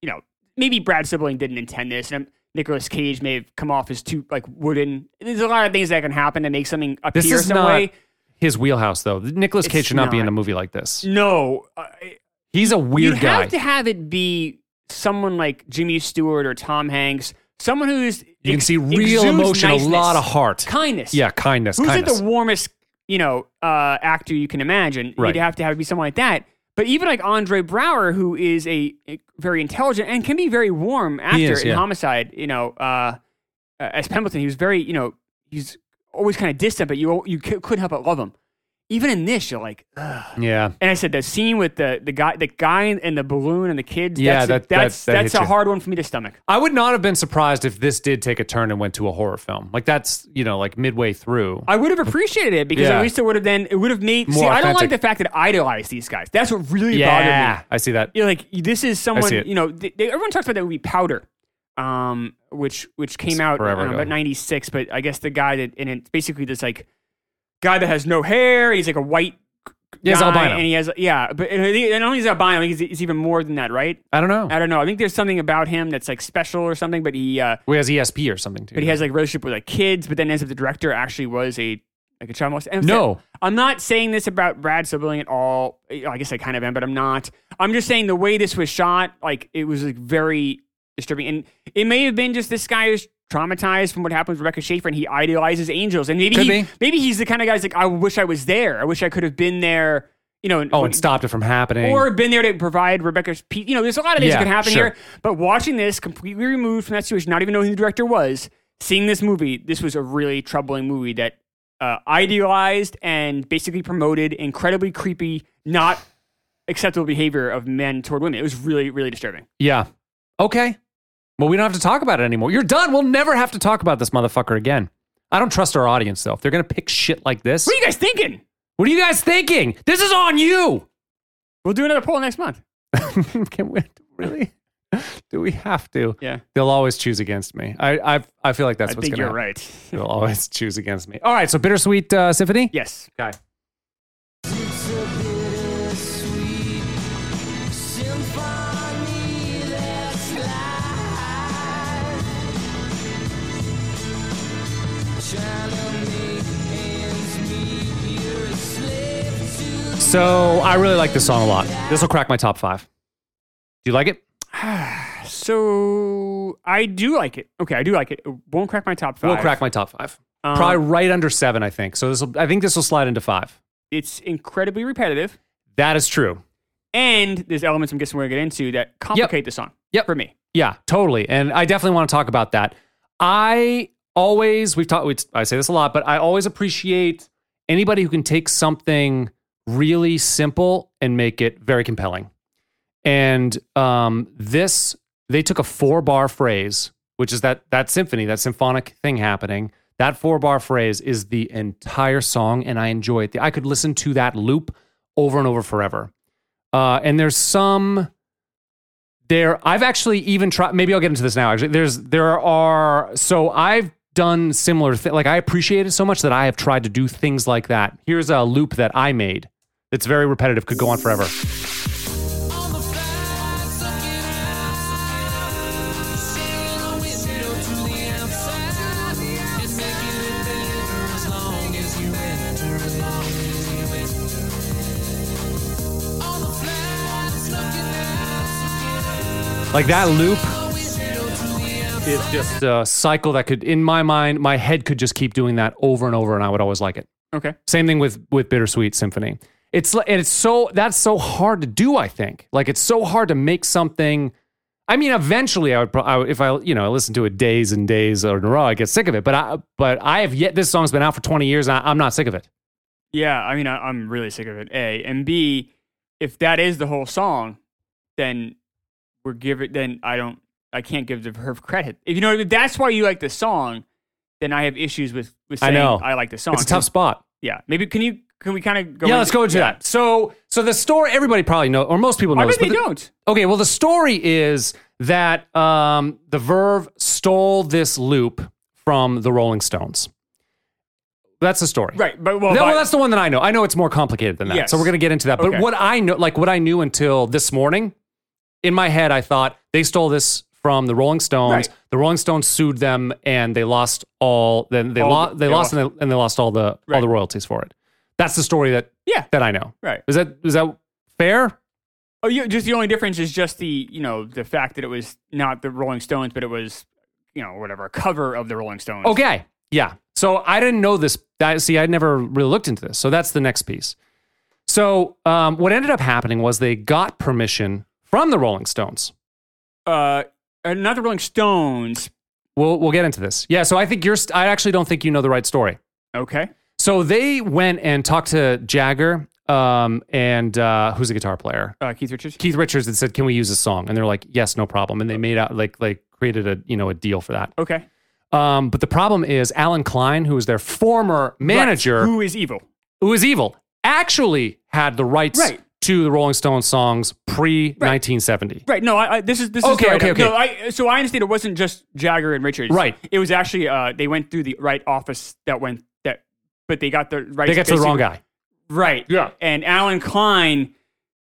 Speaker 3: you know maybe Brad Sibling didn't intend this, and Nicolas Cage may have come off as too like wooden. There's a lot of things that can happen to make something appear
Speaker 1: This is
Speaker 3: some
Speaker 1: not
Speaker 3: way.
Speaker 1: his wheelhouse, though. Nicholas Cage
Speaker 3: It's
Speaker 1: should not, be in
Speaker 3: not.
Speaker 1: a movie like this.
Speaker 3: No, I-
Speaker 1: He's a
Speaker 3: you
Speaker 1: weird guy.
Speaker 3: have to have it be someone like Jimmy Stewart or Tom Hanks, someone who's
Speaker 1: you can
Speaker 3: ex-
Speaker 1: see real
Speaker 3: exudes
Speaker 1: emotion, a
Speaker 3: niceness,
Speaker 1: lot of heart.
Speaker 3: kindness.
Speaker 1: yeah, kindness.
Speaker 3: who's like
Speaker 1: kindness.
Speaker 3: the warmest you know uh, actor you can imagine
Speaker 1: Right.
Speaker 3: you'd have to have it be someone like that but even like andre brower who is a, a very intelligent and can be very warm actor
Speaker 1: is,
Speaker 3: in
Speaker 1: yeah.
Speaker 3: homicide you know uh, uh, as pembleton he was very you know he's always kind of distant but you you c- couldn't help but love him even in this you're like Ugh.
Speaker 1: yeah.
Speaker 3: and i said the scene with the the guy the guy and the balloon and the kids
Speaker 1: Yeah,
Speaker 3: that's
Speaker 1: that- that-
Speaker 3: that's,
Speaker 1: that
Speaker 3: that's
Speaker 1: hit
Speaker 3: a
Speaker 1: you.
Speaker 3: hard one for me to stomach
Speaker 1: I would not have been surprised if this did take a turn and went to a horror film. Like that's, you know, like midway through.
Speaker 3: I would have appreciated it because
Speaker 1: Yeah.
Speaker 3: at least it would have then it would have made.
Speaker 1: More
Speaker 3: see, I don't like
Speaker 1: authentic.
Speaker 3: the fact that I idolize these guys. That's what really bothered me.
Speaker 1: I see that.
Speaker 3: You're like this is someone
Speaker 1: it.
Speaker 3: you know. They, they- everyone talks about that movie Powder, um, which which came out
Speaker 1: forever
Speaker 3: I don't know,
Speaker 1: ago.
Speaker 3: about '96. But I guess the guy that and it's basically this like guy that has no hair. He's like a white.
Speaker 1: Yeah, he's
Speaker 3: guy,
Speaker 1: albino.
Speaker 3: And he has yeah, but and he- and not only is he albino, he's, he's even more than that, right?
Speaker 1: I don't know.
Speaker 3: I don't know. I think there's something about him that's like special or something. But he uh,
Speaker 1: Well, he has ESP or something too.
Speaker 3: but he has like relationship with like kids, but then ends up the director actually was a like a child molester. And
Speaker 1: No.
Speaker 3: I'm not saying this about Brad Sibling at all. I guess I kind of am, but I'm not. I'm just saying the way this was shot, like it was like very disturbing, and it may have been just this guy is traumatized from what happened with Rebecca Schaefer, and he idolizes angels, and maybe
Speaker 1: Could
Speaker 3: he,
Speaker 1: be.
Speaker 3: maybe he's the kind of guy's like I wish I was there. I wish I could have been there. You know, and-
Speaker 1: oh, and stopped it from happening.
Speaker 3: or been there to provide Rebecca's piece. You know, there's a lot of things
Speaker 1: Yeah,
Speaker 3: that can happen
Speaker 1: sure.
Speaker 3: here. But watching this completely removed from that situation, not even knowing who the director was, seeing this movie, this was a really troubling movie that uh, idealized and basically promoted incredibly creepy, not acceptable behavior of men toward women. It was really, really disturbing.
Speaker 1: yeah. Okay. Well, we don't have to talk about it anymore. You're done. We'll never have to talk about this motherfucker again. I don't trust our audience though. If they're gonna pick shit like this,
Speaker 3: What are you guys thinking?
Speaker 1: what are you guys thinking? This is on you.
Speaker 3: We'll do another poll next month.
Speaker 1: Can we really? Do we have to?
Speaker 3: Yeah,
Speaker 1: They'll always choose against me. I I, I feel like that's
Speaker 3: I
Speaker 1: what's
Speaker 3: think
Speaker 1: gonna
Speaker 3: you're
Speaker 1: happen.
Speaker 3: right.
Speaker 1: They'll always choose against me. All right. So bittersweet uh, symphony.
Speaker 3: Yes.
Speaker 1: Okay. So I really like this song a lot. This will crack my top five. Do you like it?
Speaker 3: So I do like it. Okay, I do like it. It won't crack my top five.
Speaker 1: We'll crack my top five.
Speaker 3: Um,
Speaker 1: Probably right under seven, I think. So this will, I think this will slide into five.
Speaker 3: It's incredibly repetitive.
Speaker 1: That is true.
Speaker 3: And there's elements I'm guessing we're gonna get into that complicate the song.
Speaker 1: Yep.
Speaker 3: For me.
Speaker 1: Yeah, totally. And I definitely want to talk about that. I always we've talked. we- I say this a lot, but I always appreciate anybody who can take something really simple and make it very compelling. And um, this, they took a four bar phrase, which is that that symphony, that symphonic thing happening. That four bar phrase is the entire song, and I enjoy it. I could listen to that loop over and over forever. Uh, and there's some there i've actually even tried maybe i'll get into this now actually there's there are so i've done similar things like i appreciate it so much that i have tried to do things like that here's a loop that i made that's very repetitive could go on forever like that loop is just a cycle that could in my mind my head could just keep doing that over and over and i would always like it
Speaker 3: Okay.
Speaker 1: Same thing with with Bittersweet Symphony. It's li- and it's so that's so hard to do. I think like it's so hard to make something. I mean, eventually I would, pro- I would if I you know I listen to it days and days in a row, I get sick of it. But I but I have yet. This song's been out for twenty years, and I, I'm not sick of it.
Speaker 3: Yeah, I mean I, I'm really sick of it. A and B, if that is the whole song, then we're giving then I don't I can't give the her credit. If you know if that's why you like the song, then I have issues with, with
Speaker 1: I
Speaker 3: saying I,
Speaker 1: know.
Speaker 3: like the song.
Speaker 1: It's a tough spot.
Speaker 3: yeah. Maybe can you can we kind of go
Speaker 1: yeah,
Speaker 3: into-
Speaker 1: let's go into
Speaker 3: yeah.
Speaker 1: that. So so the story everybody probably know or most people know.
Speaker 3: I
Speaker 1: this, but
Speaker 3: bet they
Speaker 1: the-
Speaker 3: don't.
Speaker 1: Okay, well, the story is that um, the Verve stole this loop from the Rolling Stones. That's the story.
Speaker 3: Right, but well,
Speaker 1: No,
Speaker 3: Oh, by-
Speaker 1: well, that's the one that I know. I know it's more complicated than that.
Speaker 3: Yes.
Speaker 1: So we're going to get into that. But
Speaker 3: Okay.
Speaker 1: what I know, like what I knew until this morning, in my head, I thought they stole this from the Rolling Stones.
Speaker 3: Right.
Speaker 1: The Rolling Stones sued them, and they lost all. Then they
Speaker 3: All
Speaker 1: lost.
Speaker 3: the-
Speaker 1: They
Speaker 3: they
Speaker 1: lost, and, they, and they lost all the all
Speaker 3: Right.
Speaker 1: the royalties for it. That's the story that
Speaker 3: yeah,
Speaker 1: that I know.
Speaker 3: right.
Speaker 1: Is that is that fair?
Speaker 3: Oh, yeah. Just the only difference is just the you know the fact that it was not the Rolling Stones, but it was you know whatever a cover of the Rolling Stones.
Speaker 1: Okay. Yeah. So I didn't know this. That, see, I never really looked into this. So that's the next piece. So um, what ended up happening was they got permission from the Rolling Stones.
Speaker 3: Uh, uh, not the Rolling Stones.
Speaker 1: We'll we'll get into this. Yeah. So I think you're. St- I actually don't think you know the right story.
Speaker 3: Okay.
Speaker 1: So they went and talked to Jagger, um, and uh, who's a guitar player,
Speaker 3: Uh, Keith Richards.
Speaker 1: Keith Richards, and said, "Can we use this song?" And they're like, "Yes, no problem." And they made out like like created a you know a deal for that.
Speaker 3: Okay.
Speaker 1: Um, but the problem is Alan Klein, who was their former manager,
Speaker 3: Right. Who is evil?
Speaker 1: who is evil, actually had the rights
Speaker 3: Right.
Speaker 1: to the Rolling Stones songs pre 1970.
Speaker 3: Right. No. I, I this is this
Speaker 1: Okay,
Speaker 3: is the right-
Speaker 1: okay, okay.
Speaker 3: No, I, so I understand it wasn't just Jagger and Richards.
Speaker 1: Right.
Speaker 3: It was actually uh they went through the right office that went that, but they got the right.
Speaker 1: They got to the wrong guy.
Speaker 3: Right.
Speaker 1: Yeah.
Speaker 3: And Alan Klein.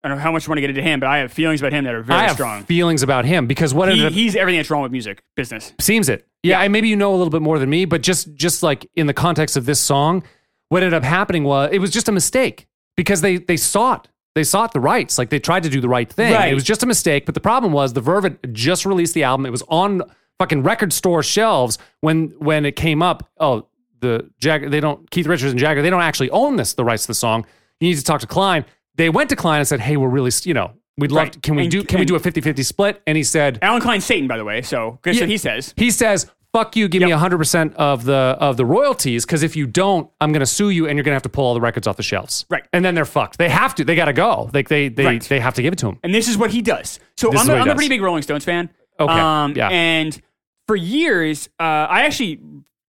Speaker 3: I don't know how much you want to get into him, but I have feelings about him that are very
Speaker 1: I have
Speaker 3: strong.
Speaker 1: feelings about him because what ended
Speaker 3: He,
Speaker 1: up
Speaker 3: he's everything that's wrong with music business.
Speaker 1: seems it. Yeah, and maybe you know a little bit more than me, but just just like in the context of this song, what ended up happening was it was just a mistake because they they sought they sought the rights, like they tried to do the right thing.
Speaker 3: Right.
Speaker 1: It was just a mistake, but the problem was the Verve had just released the album. It was on fucking record store shelves when when it came up. Oh, the Jagger they don't Keith Richards and Jagger they don't actually own this the rights to the song. You need to talk to Klein. They went to Klein and said, "Hey, we're really you know." We'd love
Speaker 3: Right.
Speaker 1: to, can we
Speaker 3: And-
Speaker 1: do can we
Speaker 3: and-
Speaker 1: do a 50-50 split? And he said,
Speaker 3: Alan Klein's Satan, by the way. So good.
Speaker 1: Yeah.
Speaker 3: So he says.
Speaker 1: he says fuck you give me 100% of the of the royalties because if you don't i'm going to sue you and you're going to have to pull all the records off the shelves
Speaker 3: Right.
Speaker 1: and then they're fucked they have to they got to go like they they,
Speaker 3: Right.
Speaker 1: they have to give it to him
Speaker 3: And this is what he does. So
Speaker 1: This is
Speaker 3: I'm,
Speaker 1: what
Speaker 3: a,
Speaker 1: he
Speaker 3: I'm
Speaker 1: does.
Speaker 3: a pretty big Rolling Stones fan. Um,
Speaker 1: Okay, yeah.
Speaker 3: And for years, uh, I actually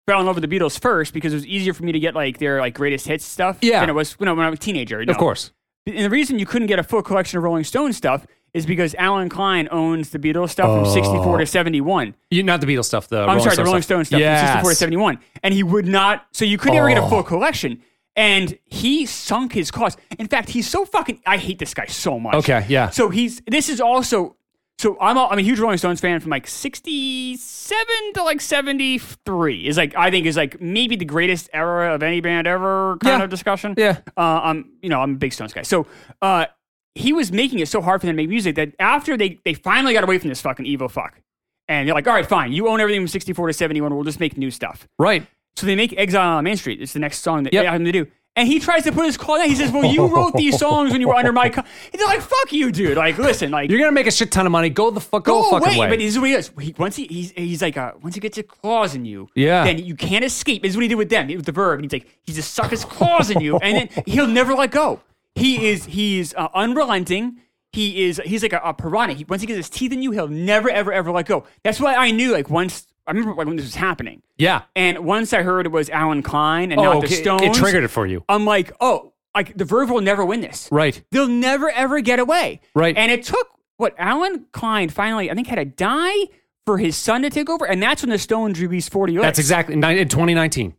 Speaker 3: fell in love with the Beatles first because it was easier for me to get like their like greatest hits stuff
Speaker 1: Yeah.
Speaker 3: than it was you know, when I was a teenager. you
Speaker 1: of
Speaker 3: know.
Speaker 1: course
Speaker 3: And the reason you couldn't get a full collection of Rolling Stone stuff is because Alan Klein owns the Beatles stuff
Speaker 1: Oh.
Speaker 3: from 64 to 71.
Speaker 1: you, not the beatles stuff the
Speaker 3: I'm
Speaker 1: rolling
Speaker 3: sorry, the
Speaker 1: Stones
Speaker 3: Rolling Stone stuff
Speaker 1: Yes.
Speaker 3: from 64 to 71. And he would not, so you could never get
Speaker 1: Oh.
Speaker 3: a full collection. And he sunk his cost. In fact, he's so fucking, I hate this guy so much.
Speaker 1: Okay, yeah.
Speaker 3: So he's, this is also, so I'm a, I'm a huge Rolling Stones fan from like 67 to like 73 is like, I think is like maybe the greatest era of any band ever kind
Speaker 1: Yeah.
Speaker 3: of discussion.
Speaker 1: Yeah.
Speaker 3: Uh, I'm, you know, I'm a big Stones guy. So, uh, he was making it so hard for them to make music that after they, they finally got away from this fucking evil fuck, and they're like, all right, fine, you own everything from 64 to 71, we'll just make new stuff.
Speaker 1: right
Speaker 3: So they make Exile on Main Street. It's the next song that
Speaker 1: Yep.
Speaker 3: they have him to do. And he tries to put his claw down. He says, well, you wrote these songs when you were under my... Co-. And They're like, fuck you, dude. Like, listen, like...
Speaker 1: you're going to make a shit ton of money go the fuck go,
Speaker 3: Go
Speaker 1: the fuck
Speaker 3: away,
Speaker 1: away,
Speaker 3: but this is what he does. He, once he, he's he's like uh, once he gets his claws in you,
Speaker 1: Yeah.
Speaker 3: then you can't escape. This is what he did with them with the verb. And he's like he just suck his claws in you, and then he'll never let go. He is he's uh, unrelenting. He is he's like a, a piranha. He, once he gets his teeth in you, he'll never ever ever let go. That's why I knew like once I remember like, when this was happening,
Speaker 1: yeah Oh,
Speaker 3: and once I heard it was Alan Klein and now
Speaker 1: okay,
Speaker 3: the Stones,
Speaker 1: it triggered it for you
Speaker 3: I'm like, oh, like the Verve will never win this.
Speaker 1: right
Speaker 3: They'll never ever get away.
Speaker 1: Right.
Speaker 3: And it took what Alan Klein finally, I think, had to die for his son to take over, and that's when the Stones released Forty Licks.
Speaker 1: that's exactly in 2019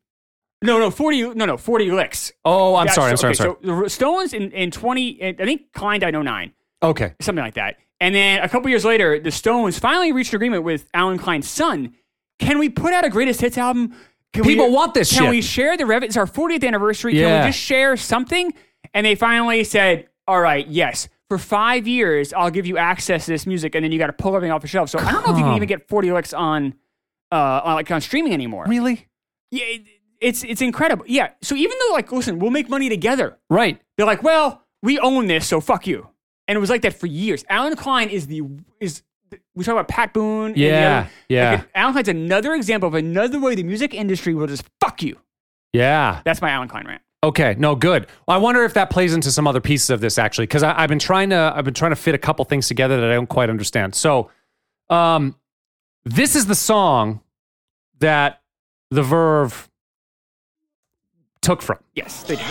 Speaker 3: no, no, forty, no, no, Forty Licks.
Speaker 1: oh i'm
Speaker 3: Yeah,
Speaker 1: sorry i'm
Speaker 3: so-
Speaker 1: sorry i'm
Speaker 3: okay,
Speaker 1: sorry
Speaker 3: So the Stones in, in twenty, in, I think Klein died in 09,
Speaker 1: okay
Speaker 3: something like that. And then a couple years later, the Stones finally reached an agreement with Alan Klein's son. Can we put out a greatest hits album? Can
Speaker 1: People want this
Speaker 3: Can
Speaker 1: shit.
Speaker 3: we share the revenue? It's our 40th anniversary. Can
Speaker 1: Yeah.
Speaker 3: we just share something? And they finally said, "All right, yes." For five years, I'll give you access to this music, and then you got to pull everything off the shelf. So I don't know if you can
Speaker 1: Come.
Speaker 3: even get 40 licks on, uh, on like on streaming anymore.
Speaker 1: really
Speaker 3: Yeah, it- it's it's incredible. Yeah. So even though like, listen, we'll make money together.
Speaker 1: right
Speaker 3: They're like, well, we own this, so fuck you. And it was like that for years. Alan Klein is the is we talk about Pat Boone. and the
Speaker 1: Yeah,
Speaker 3: other-
Speaker 1: yeah.
Speaker 3: like, Alan Klein's another example of another way the music industry will just fuck you.
Speaker 1: yeah
Speaker 3: That's my Alan Klein rant.
Speaker 1: Okay, no, good. Well, I wonder if that plays into some other pieces of this actually, because I've been trying to I've been trying to fit a couple things together that I don't quite understand. So, um, this is the song that the Verve took from.
Speaker 3: Yes, they do.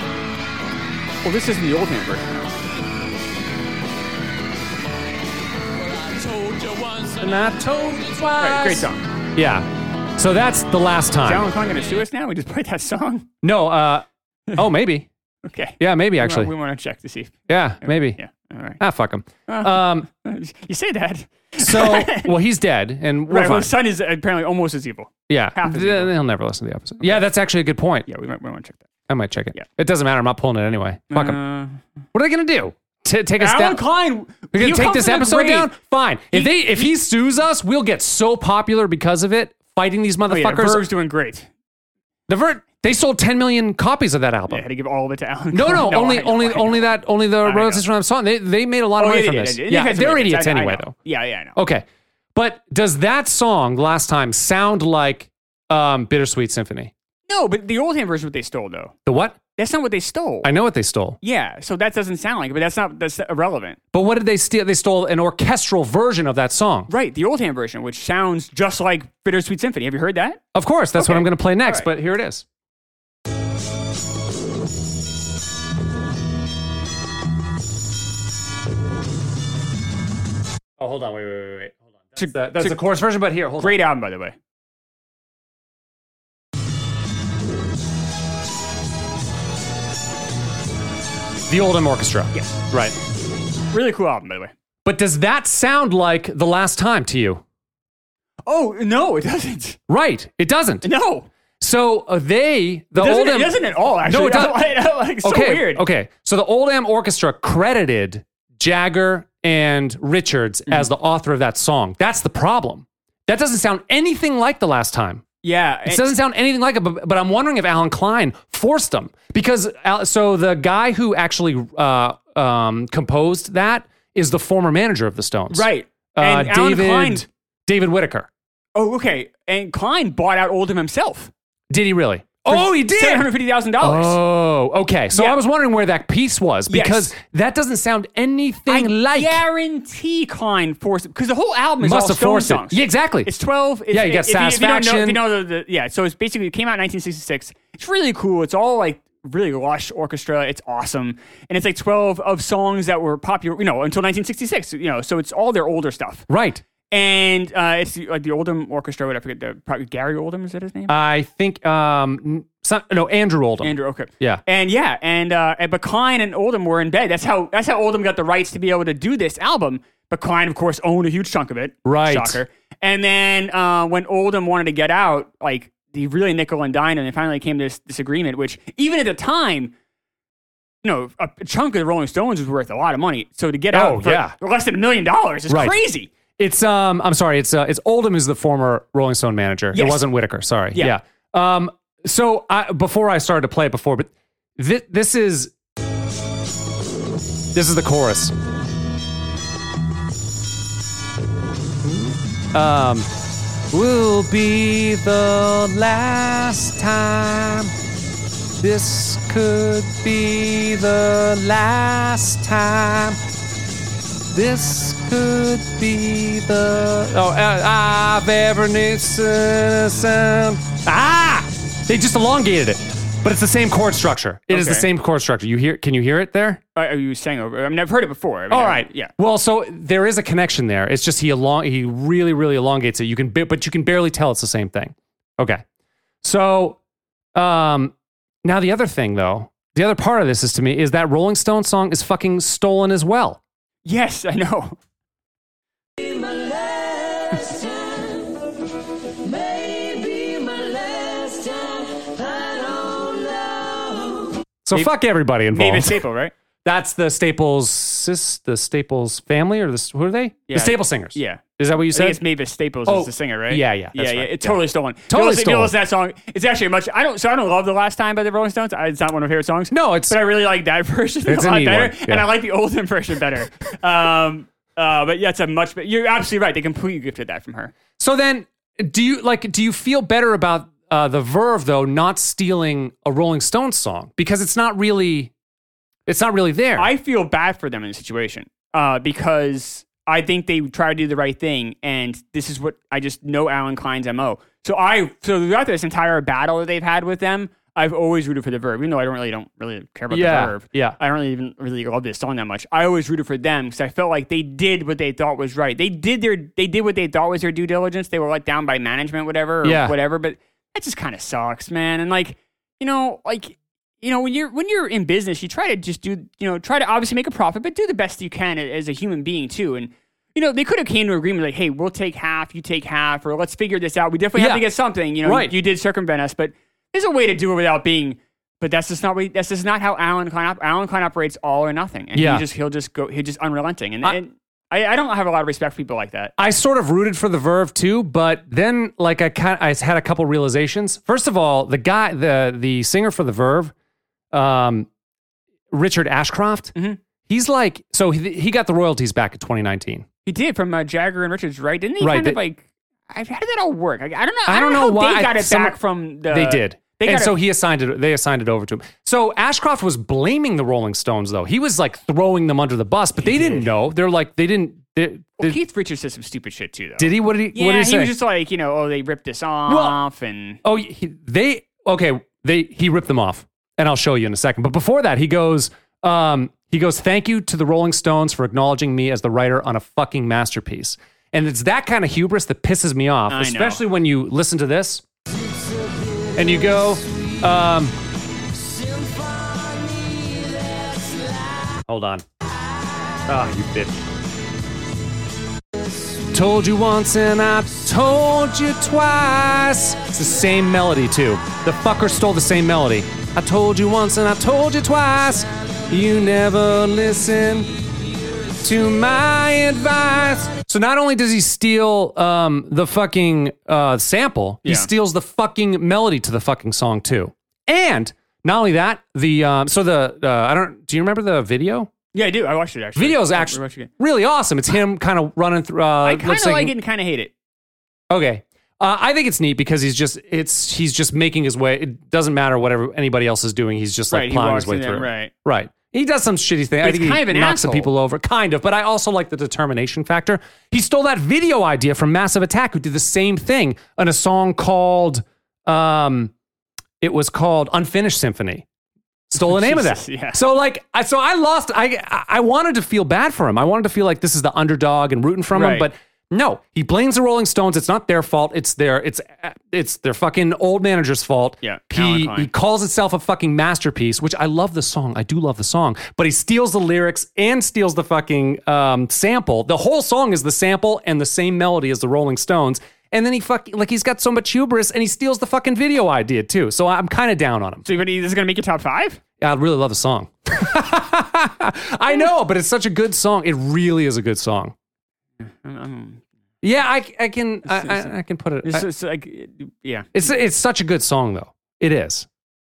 Speaker 3: Well, this isn't the old Hamburg.
Speaker 1: And I told you twice.
Speaker 3: Right, great song.
Speaker 1: Yeah. So that's the last
Speaker 3: Is
Speaker 1: time.
Speaker 3: Alan Klein going to sue us now? We just played that song.
Speaker 1: No. Uh. Oh, maybe.
Speaker 3: Okay.
Speaker 1: Yeah, maybe actually.
Speaker 3: we want to check to see. If,
Speaker 1: yeah, maybe.
Speaker 3: Yeah. All
Speaker 1: Ah, fuck him.
Speaker 3: right.
Speaker 1: Um.
Speaker 3: you say that.
Speaker 1: So, well, he's dead, and we're
Speaker 3: Right. Well,
Speaker 1: fine.
Speaker 3: the son is apparently almost as evil.
Speaker 1: yeah,
Speaker 3: half is
Speaker 1: Th-
Speaker 3: evil.
Speaker 1: they'll never listen to the episode. Yeah, that's actually a good point.
Speaker 3: Yeah, we might, we want to check that.
Speaker 1: I might check it.
Speaker 3: Yeah.
Speaker 1: It doesn't matter. I'm not pulling it anyway. Fuck 'em.
Speaker 3: Uh,
Speaker 1: What are they gonna do? T- take a
Speaker 3: Alan
Speaker 1: step.
Speaker 3: Klein.
Speaker 1: We're
Speaker 3: you
Speaker 1: gonna
Speaker 3: come
Speaker 1: take this
Speaker 3: from the
Speaker 1: episode
Speaker 3: grave.
Speaker 1: down. Fine. If
Speaker 3: He-
Speaker 1: they if he sues us, we'll get so popular because of it. Fighting these
Speaker 3: Oh, yeah,
Speaker 1: motherfuckers.
Speaker 3: Verve's doing great.
Speaker 1: the ver- they sold 10 million copies of that album.
Speaker 3: I had to give all of it to Alan.
Speaker 1: No,
Speaker 3: Klein.
Speaker 1: no, only,
Speaker 3: I know,
Speaker 1: only,
Speaker 3: I know.
Speaker 1: only that, only the
Speaker 3: know.
Speaker 1: royalties from that song. They, they made a lot of
Speaker 3: Oh,
Speaker 1: money
Speaker 3: yeah,
Speaker 1: from
Speaker 3: yeah,
Speaker 1: this.
Speaker 3: yeah,
Speaker 1: Yeah,
Speaker 3: yeah. You guys are
Speaker 1: they're idiots
Speaker 3: I- I
Speaker 1: anyway,
Speaker 3: know.
Speaker 1: though.
Speaker 3: Yeah, yeah, I know.
Speaker 1: Okay, but does that song last time sound like um, "Bittersweet Symphony"?
Speaker 3: No, but the old Hamburg is what they stole, though.
Speaker 1: The what?
Speaker 3: That's not what they stole.
Speaker 1: I know what they stole,
Speaker 3: yeah, so that doesn't sound like it, but that's not that's irrelevant.
Speaker 1: but what did they steal? They stole an orchestral version of that song.
Speaker 3: Right, the old Ham version, which sounds just like Bittersweet Symphony. Have you heard that?
Speaker 1: Of course, that's what
Speaker 3: Okay.
Speaker 1: I'm going to play next.
Speaker 3: right.
Speaker 1: But here it is. Oh, hold on, wait, wait, wait, wait. Hold on. That's,
Speaker 3: To-
Speaker 1: the, that's
Speaker 3: to-
Speaker 1: the chorus version, but here, hold on.
Speaker 3: Great album, by the way.
Speaker 1: The Oldham Orchestra.
Speaker 3: Yes.
Speaker 1: Right.
Speaker 3: Really cool album, by the way.
Speaker 1: But does that sound like the last time to you?
Speaker 3: Oh no, it doesn't.
Speaker 1: Right. It doesn't.
Speaker 3: No,
Speaker 1: So uh, they, the
Speaker 3: it doesn't,
Speaker 1: Oldham.
Speaker 3: it doesn't at all. Actually,
Speaker 1: No, it doesn't.
Speaker 3: I don't like- it's
Speaker 1: okay.
Speaker 3: so weird.
Speaker 1: Okay. So the Oldham Orchestra credited Jagger and Richards
Speaker 3: Mm-hmm.
Speaker 1: as the author of that song. That's the problem. That doesn't sound anything like the last time.
Speaker 3: Yeah,
Speaker 1: It
Speaker 3: and-
Speaker 1: doesn't sound anything like it, but, but I'm wondering if Alan Klein forced them because Al, so the guy who actually uh, um, composed that is the former manager of the Stones,
Speaker 3: right.
Speaker 1: Uh,
Speaker 3: and Alan
Speaker 1: David
Speaker 3: Klein.
Speaker 1: David Whitaker.
Speaker 3: Oh, okay. And Klein bought out Oldham himself.
Speaker 1: Did Oh, he really?
Speaker 3: Oh, Seven hundred fifty thousand dollars.
Speaker 1: Oh, okay. So
Speaker 3: Yeah.
Speaker 1: I was wondering where that piece was
Speaker 3: Yes.
Speaker 1: because that doesn't sound
Speaker 3: I
Speaker 1: anything like
Speaker 3: guarantee Klein forced because the whole album is
Speaker 1: must
Speaker 3: all
Speaker 1: have
Speaker 3: Stone
Speaker 1: forced
Speaker 3: songs.
Speaker 1: it. Yeah, exactly.
Speaker 3: It's 12. It's,
Speaker 1: Yeah, you got
Speaker 3: if if you don't know- If
Speaker 1: Satisfaction.
Speaker 3: you know, the, the, yeah, so it's basically, it came out in 1966. It's really cool. It's all like really lush orchestra. It's awesome. And it's like 12 of songs that were popular, you know, until 1966, you know, so it's all their older stuff.
Speaker 1: right.
Speaker 3: And uh, it's the- like the Oldham Orchestra, what I forget, the, probably Gary Oldham, is that his name?
Speaker 1: I think um n- some, no Andrew Oldham.
Speaker 3: Andrew, okay.
Speaker 1: Yeah.
Speaker 3: And yeah, and uh and but Klein and Oldham were in bed. That's how that's how Oldham got the rights to be able to do this album. But Klein, of course, owned a huge chunk of it.
Speaker 1: Right.
Speaker 3: Shocker. And then uh when Oldham wanted to get out, like he really nickel and dime and they finally came to this disagreement, which even at the time you know, a chunk of the Rolling Stones was worth a lot of money. So to get
Speaker 1: Oh,
Speaker 3: out for
Speaker 1: yeah.
Speaker 3: less than a million dollars is
Speaker 1: Right.
Speaker 3: crazy.
Speaker 1: It's um I'm sorry, it's uh, it's Oldham who's the former Rolling Stone manager. It
Speaker 3: Yes.
Speaker 1: wasn't Whitaker, sorry.
Speaker 3: Yeah.
Speaker 1: Yeah. Um so I before I started to play it before, but thi- this is this is the chorus. Um will be the last time this could be the last time this could be the oh uh, I've ever knew sound. Ah, they just elongated it, but it's the same chord structure. It is the
Speaker 3: Okay.
Speaker 1: same chord structure. You hear? Can you hear it there?
Speaker 3: Uh, you sang over. I mean, I've heard it before. I mean, I- yeah.
Speaker 1: Well, so there is a connection there. It's just he elong he really really elongates it. You can ba- but you can barely tell it's the same thing. Okay. So, um, now the other thing though, the other part of this is to me is that Rolling Stone song is fucking stolen as well.
Speaker 3: Yes, I know.
Speaker 1: So
Speaker 3: Maybe-
Speaker 1: fuck everybody involved.
Speaker 3: David Staple, right?
Speaker 1: That's the Staples sis, the Staples family, or the, who are they?
Speaker 3: Yeah.
Speaker 1: The Staple Singers.
Speaker 3: Yeah.
Speaker 1: Is that what you
Speaker 3: I think
Speaker 1: said?
Speaker 3: it's Mavis Staples
Speaker 1: Oh,
Speaker 3: is the singer, right?
Speaker 1: yeah, yeah,
Speaker 3: yeah,
Speaker 1: that's
Speaker 3: yeah.
Speaker 1: right,
Speaker 3: It's
Speaker 1: yeah.
Speaker 3: totally stolen.
Speaker 1: Totally
Speaker 3: you listen,
Speaker 1: stolen.
Speaker 3: You listen to that song. It's actually much. I don't. So I don't love the last time by the Rolling Stones. I- It's not one of my favorite songs.
Speaker 1: No, it's-
Speaker 3: But I really like that version
Speaker 1: It's a
Speaker 3: a lot
Speaker 1: neat
Speaker 3: better,
Speaker 1: one,
Speaker 3: and
Speaker 1: yeah.
Speaker 3: I like the Oldham version better. um, uh, but yeah, it's a much. But you're absolutely right. They completely gifted that from her.
Speaker 1: So then, do you like? Do you feel better about uh, the Verve though not stealing a Rolling Stones song because it's not really, it's not really there.
Speaker 3: I feel bad for them in the situation uh, because I think they try to do the right thing, and this is what I just know Alan Klein's mo. So I so throughout this entire battle that they've had with them, I've always rooted for the Verb, even though I don't really don't really care about
Speaker 1: yeah,
Speaker 3: the Verb.
Speaker 1: yeah,
Speaker 3: I don't really even really love this song that much. I always rooted for them because I felt like they did what they thought was right. They did their they did what they thought was their due diligence. They were let down by management, whatever, or
Speaker 1: Yeah.
Speaker 3: whatever. But that just kind of sucks, man. And like you know, like you know, when you're when you're in business, you try to just do you know try to obviously make a profit, but do the best you can a- as a human being too. And you know, they could have came to an agreement like, hey, we'll take half, you take half, or let's figure this out. We definitely
Speaker 1: Yeah.
Speaker 3: have to get something. You know,
Speaker 1: Right.
Speaker 3: you did circumvent us, but there's a way to do it without being. But that's just not. what- That's just not how Alan Klein. op- Alan Klein operates all or nothing, and
Speaker 1: Yeah.
Speaker 3: he just he'll just go. He's just unrelenting, and
Speaker 1: I-
Speaker 3: I, and I, I don't have a lot of respect for people like that.
Speaker 1: I sort of rooted for the Verve too, but then like I kind I had a couple realizations. First of all, the guy the the singer for the Verve, um, Richard Ashcroft,
Speaker 3: Mhm.
Speaker 1: he's like so he, he got the royalties back in 2019.
Speaker 3: He did from uh, Jagger and Richards, right? Didn't he
Speaker 1: Right,
Speaker 3: kind of
Speaker 1: they-
Speaker 3: like? I, how did that all work? Like, I don't know.
Speaker 1: I
Speaker 3: I
Speaker 1: don't
Speaker 3: don't,
Speaker 1: know
Speaker 3: how
Speaker 1: why
Speaker 3: they got it
Speaker 1: some-
Speaker 3: back from the.
Speaker 1: they did.
Speaker 3: They
Speaker 1: and
Speaker 3: got
Speaker 1: so
Speaker 3: it,
Speaker 1: he assigned it. They assigned it over to him. So Ashcroft was blaming the Rolling Stones, though. He was like throwing them under the bus, but they didn't know. They're like they didn't. They,
Speaker 3: well,
Speaker 1: they-
Speaker 3: Keith Richards said some stupid shit too, though.
Speaker 1: did he? What did he?
Speaker 3: Yeah,
Speaker 1: what did he,
Speaker 3: he,
Speaker 1: say?
Speaker 3: was just like you know, oh, they ripped us off, and
Speaker 1: Oh, he, they okay. They he ripped them off, and I'll show you in a second. But before that, he goes. Um, he goes. Thank you to the Rolling Stones for acknowledging me as the writer on a fucking masterpiece. And it's that kind of hubris that pisses me off,
Speaker 3: I know.
Speaker 1: especially when you listen to this and you go. Um, hold on. Ah, you bitch. Told you once and I've told you twice. It's the same melody, too. The fucker stole the same melody. I told you once and I told you twice. You never listen to my advice. So not only does he steal um, the fucking uh, sample, he
Speaker 3: Yeah.
Speaker 1: steals the fucking melody to the fucking song, too. And not only that, the um, so the uh, I don't. Do you remember the video?
Speaker 3: yeah, I do. I watched it actually.
Speaker 1: Video's
Speaker 3: I- I
Speaker 1: actually
Speaker 3: watched it again.
Speaker 1: really awesome. It's him kind of running through. Uh,
Speaker 3: I kind of like it
Speaker 1: it.
Speaker 3: and kind of hate it.
Speaker 1: Okay. Uh, I think it's neat because he's just it's he's just making his way. It doesn't matter whatever anybody else is doing. He's just like
Speaker 3: right, he
Speaker 1: plowing
Speaker 3: walks
Speaker 1: his way
Speaker 3: in there,
Speaker 1: through. it.
Speaker 3: right.
Speaker 1: Right. He does some shitty thing. I
Speaker 3: it's
Speaker 1: think he
Speaker 3: kind of an
Speaker 1: knocks some
Speaker 3: asshole.
Speaker 1: people over, kind of. But I also like the determination factor. He stole that video idea from Massive Attack, who did the same thing on a song called, um, it was called Unfinished Symphony. Stole the name of that.
Speaker 3: Jesus, yeah.
Speaker 1: So like, I, so I lost. I I- I wanted to feel bad for him. I wanted to feel like this is the underdog and rooting from him,
Speaker 3: Right.
Speaker 1: but. No, he blames the Rolling Stones. It's not their fault. It's their it's it's their fucking old manager's fault.
Speaker 3: Yeah, Alan
Speaker 1: he
Speaker 3: Klein.
Speaker 1: he calls itself a fucking masterpiece, which I love the song. I do love the song, but he steals the lyrics and steals the fucking um, sample. The whole song is the sample and the same melody as the Rolling Stones. And then he fucking like he's got so much hubris and he steals the fucking video idea too. So I'm kind of down on him.
Speaker 3: So you- this is gonna make your top five?
Speaker 1: I really love the song. I know, but it's such a good song. It really is a good song.
Speaker 3: Um, um,
Speaker 1: Yeah, I, I can I, I, I can put it.
Speaker 3: It's,
Speaker 1: I-
Speaker 3: it's like, yeah.
Speaker 1: It's it's such a good song though. It is.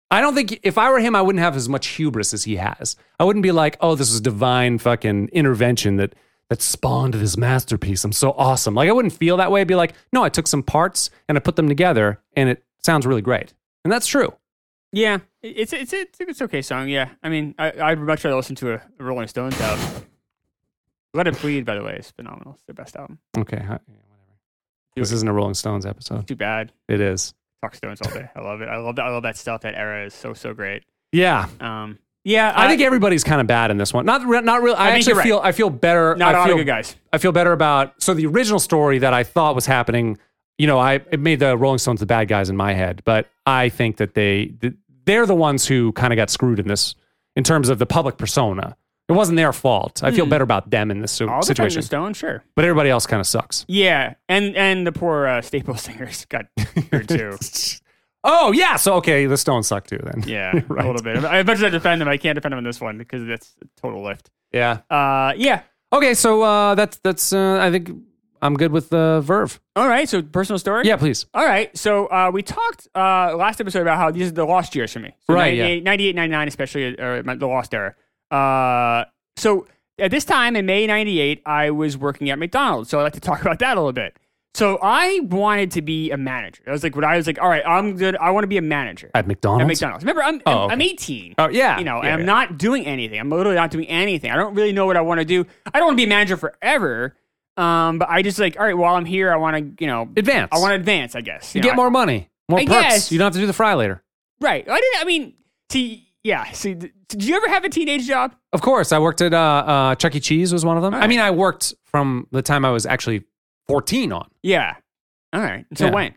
Speaker 1: I don't think if I were him, I wouldn't have as much hubris as he has. I wouldn't be like, oh, this is divine fucking intervention that that spawned this masterpiece. I'm so awesome. Like I wouldn't feel that way. I'd be like, no, I took some parts and I put them together, and it sounds really great. And that's true.
Speaker 3: Yeah, it- it's it's it's it's okay song. Yeah, I mean, I, I'd much rather listen to a Rolling Stones album. Let It Bleed, by the way, is phenomenal. It's their best album.
Speaker 1: Okay, hi- yeah, whatever. This isn't a Rolling Stones episode.
Speaker 3: Too bad.
Speaker 1: It is.
Speaker 3: Talk Stones all day. I love it. I love that. I love that stuff. That era is so so great.
Speaker 1: Yeah,
Speaker 3: Um, yeah,
Speaker 1: I think everybody's kind of bad in this one. Not re- not real. I,
Speaker 3: think
Speaker 1: actually
Speaker 3: you're right.
Speaker 1: feel I feel better.
Speaker 3: not
Speaker 1: I
Speaker 3: a lot
Speaker 1: feel
Speaker 3: of good guys.
Speaker 1: I feel better about. So the original story that I thought was happening, you know, I it made the Rolling Stones the bad guys in my head, but I think that they th- they're the ones who kind of got screwed in this in terms of the public persona. It wasn't their fault. I feel better about them in this si-
Speaker 3: Hmm. All the time
Speaker 1: situation,
Speaker 3: the Stones, sure.
Speaker 1: but everybody else kind of sucks.
Speaker 3: Yeah, and and the poor uh, Staple singers got screwed too.
Speaker 1: oh yeah, so okay, the Stones suck too then.
Speaker 3: Yeah,
Speaker 1: Right.
Speaker 3: a little bit. I much as I defend them, I can't defend them in this one because that's a total lift.
Speaker 1: yeah.
Speaker 3: Uh, yeah.
Speaker 1: Okay, so uh, that's that's uh, I think I'm good with uh, Verve.
Speaker 3: All right. So personal story.
Speaker 1: Yeah, please.
Speaker 3: All right. So uh, we talked uh, last episode about how these are the lost years for me. So
Speaker 1: Right,
Speaker 3: 98, 98, 99, especially, or my- the lost era. Uh, so at this time in May 98, I was working at McDonald's. So I'd like to talk about that a little bit. So I wanted to be a manager. I was like, what I was like, all right, I'm good. I want to be a manager
Speaker 1: At McDonald's.
Speaker 3: at McDonald's. Remember, I'm, I'm,
Speaker 1: Oh, okay.
Speaker 3: I'm 18.
Speaker 1: Oh yeah.
Speaker 3: You know,
Speaker 1: yeah,
Speaker 3: and I'm
Speaker 1: yeah.
Speaker 3: not doing anything. I'm literally not doing anything. I don't really know what I want to do. I don't want to be a manager forever. Um, but I just like, all right, while I'm here, I want to, you know,
Speaker 1: advanced.
Speaker 3: I want to advance, I guess.
Speaker 1: You
Speaker 3: know,
Speaker 1: get more money, more
Speaker 3: I
Speaker 1: perks.
Speaker 3: guess.
Speaker 1: You don't have to do the fry later.
Speaker 3: Right. I didn't. I mean, see, yeah. See, th- did you ever have a teenage job?
Speaker 1: Of course, I worked at uh, uh, Chuck E. Cheese was one of them. I mean, I worked from the time I was actually 14 on.
Speaker 3: Yeah. All right. Until
Speaker 1: Yeah.
Speaker 3: when?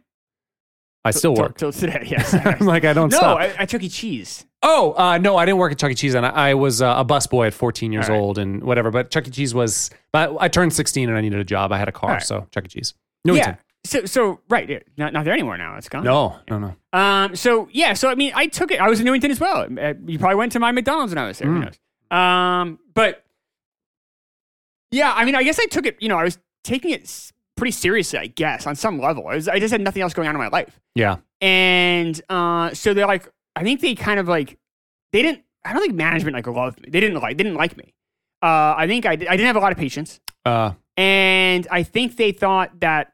Speaker 1: I still work.
Speaker 3: Till, till today. Yes.
Speaker 1: I'm like, I don't
Speaker 3: no,
Speaker 1: stop.
Speaker 3: I, I Chuck E. Cheese.
Speaker 1: oh, uh, no, I didn't work at Chuck E. Cheese, and I, I was uh, a busboy at 14 years
Speaker 3: All right.
Speaker 1: old and whatever. But Chuck E. Cheese was. But I turned 16 and I needed a job. I had a car,
Speaker 3: All right.
Speaker 1: so Chuck E. Cheese. No,
Speaker 3: yeah. So, so right. Yeah. Not, not there anymore now. It's gone.
Speaker 1: no, no, no.
Speaker 3: Um, so yeah, so I mean, I took it. I was in Newington as well. Uh, You probably went to my McDonald's when I was there.
Speaker 1: Mm.
Speaker 3: Who knows? Um, but yeah, I mean, I guess I took it. You know, I was taking it s- pretty seriously, I guess, on some level. I, was, I just had nothing else going on in my life,
Speaker 1: Yeah,
Speaker 3: and uh, so they're like, I think they kind of like they didn't. I don't think management like loved me. They didn't like didn't like me. Uh, I think I, di- I didn't have a lot of patience,
Speaker 1: uh,
Speaker 3: and I think they thought that.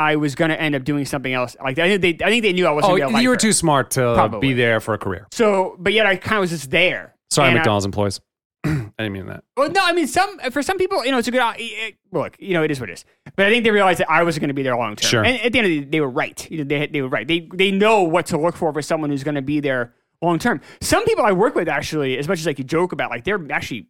Speaker 3: I was gonna end up doing something else. Like I think they, I think they knew I wasn't.
Speaker 1: Oh,
Speaker 3: gonna be a
Speaker 1: you were
Speaker 3: lifer.
Speaker 1: too smart to
Speaker 3: Probably.
Speaker 1: be there for a career.
Speaker 3: So, but yet I kind of was just there.
Speaker 1: Sorry,
Speaker 3: And I-
Speaker 1: McDonald's employees. I didn't mean that.
Speaker 3: well, no, I mean, some for some people, you know, it's a good uh, it- look. You know, it is what it is. But I think they realized that I wasn't going to be there long term.
Speaker 1: Sure.
Speaker 3: And at the end of the day, they were right. You know, They they were right. They they know what to look for for someone who's going to be there long term. Some people I work with actually, as much as I could joke about, like they're actually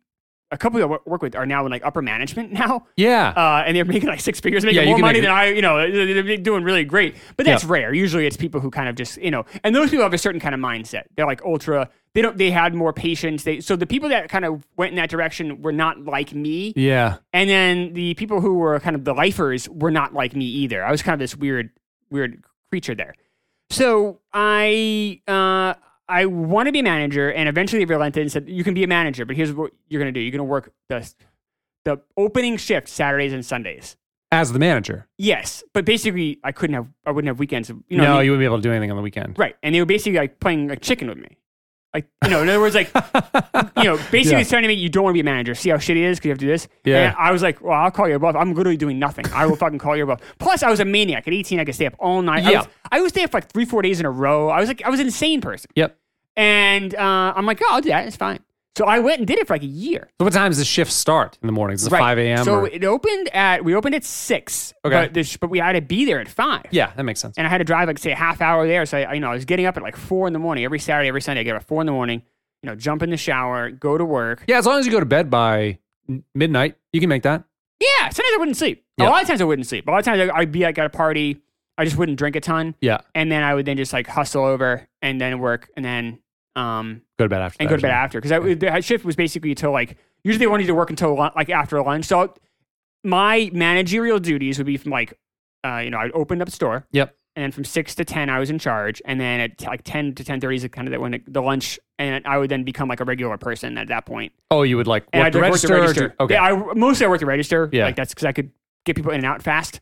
Speaker 3: a couple I wo- work with are now in like upper management now.
Speaker 1: Yeah,
Speaker 3: Uh, and they're making like six figures, making
Speaker 1: Yeah, you
Speaker 3: more
Speaker 1: can
Speaker 3: money
Speaker 1: make it-
Speaker 3: than I, you know, they're they're doing really great. But that's
Speaker 1: Yeah.
Speaker 3: rare. Usually it's people who kind of just, you know, and those people have a certain kind of mindset. They're like ultra, they don't, they had more patience. They, so the people that kind of went in that direction were not like me.
Speaker 1: yeah.
Speaker 3: And then the people who were kind of the lifers were not like me either. I was kind of this weird, weird creature there. So I, uh, I want to be a manager, and eventually they relented and said, "You can be a manager, but here's what you're going to do: you're going to work the, the opening shift Saturdays and Sundays."
Speaker 1: As the manager,
Speaker 3: Yes, but basically, I couldn't have, I wouldn't have weekends. You
Speaker 1: no,
Speaker 3: know, what I mean?
Speaker 1: you wouldn't be able to do anything on the weekend.
Speaker 3: right? And they were basically like playing like chicken with me, like you know, in other words, like you know, basically
Speaker 1: Yeah.
Speaker 3: it's telling me you don't want to be a manager. See how shitty it is because you have to do this.
Speaker 1: Yeah.
Speaker 3: And I was like, well, I'll call your bluff. I'm literally doing nothing. I will fucking call your bluff. Plus, I was a maniac. At 18, I could stay up all night. I
Speaker 1: Yeah.
Speaker 3: was, I was stay up for like three, four days in a row. I was like, I was an insane person.
Speaker 1: Yep.
Speaker 3: And uh, I'm like, oh, I'll do that. It's fine. So I went and did it for like a year.
Speaker 1: So what time does the shift start in the mornings? Is it
Speaker 3: Right.
Speaker 1: five a.m.?
Speaker 3: So
Speaker 1: or-
Speaker 3: it opened at we opened at six.
Speaker 1: Okay.
Speaker 3: But, this, but we had to be there at five.
Speaker 1: yeah, that makes sense.
Speaker 3: and I had to drive like say a half hour there. So I, you know, I was getting up at like four in the morning every Saturday, every Sunday. I get up at four in the morning, you know, jump in the shower, go to work.
Speaker 1: yeah, as long as you go to bed by n- midnight, you can make that.
Speaker 3: Yeah, sometimes I wouldn't sleep.
Speaker 1: Yeah.
Speaker 3: A lot of times I wouldn't sleep. A lot of times I- I'd be like at a party, I just wouldn't drink a ton,
Speaker 1: Yeah,
Speaker 3: and then I would then just like hustle over and then work and then um
Speaker 1: go to bed after.
Speaker 3: and
Speaker 1: that
Speaker 3: go
Speaker 1: or
Speaker 3: to bed
Speaker 1: something.
Speaker 3: after because the shift was basically till like usually they wanted you to work until lun- like after lunch. So my managerial duties would be from like uh, you know I'd open up store,
Speaker 1: Yep.
Speaker 3: and then from six to ten I was in charge, and then at like ten to ten thirty is kind of that when the, the lunch, and I would then become like a regular person at that point.
Speaker 1: Oh, you would like
Speaker 3: And
Speaker 1: work
Speaker 3: I'd
Speaker 1: the
Speaker 3: like,
Speaker 1: register. or
Speaker 3: work the register.
Speaker 1: do- okay.
Speaker 3: Yeah, I, mostly I worked the register.
Speaker 1: Yeah.
Speaker 3: like that's because I could get people in and out fast.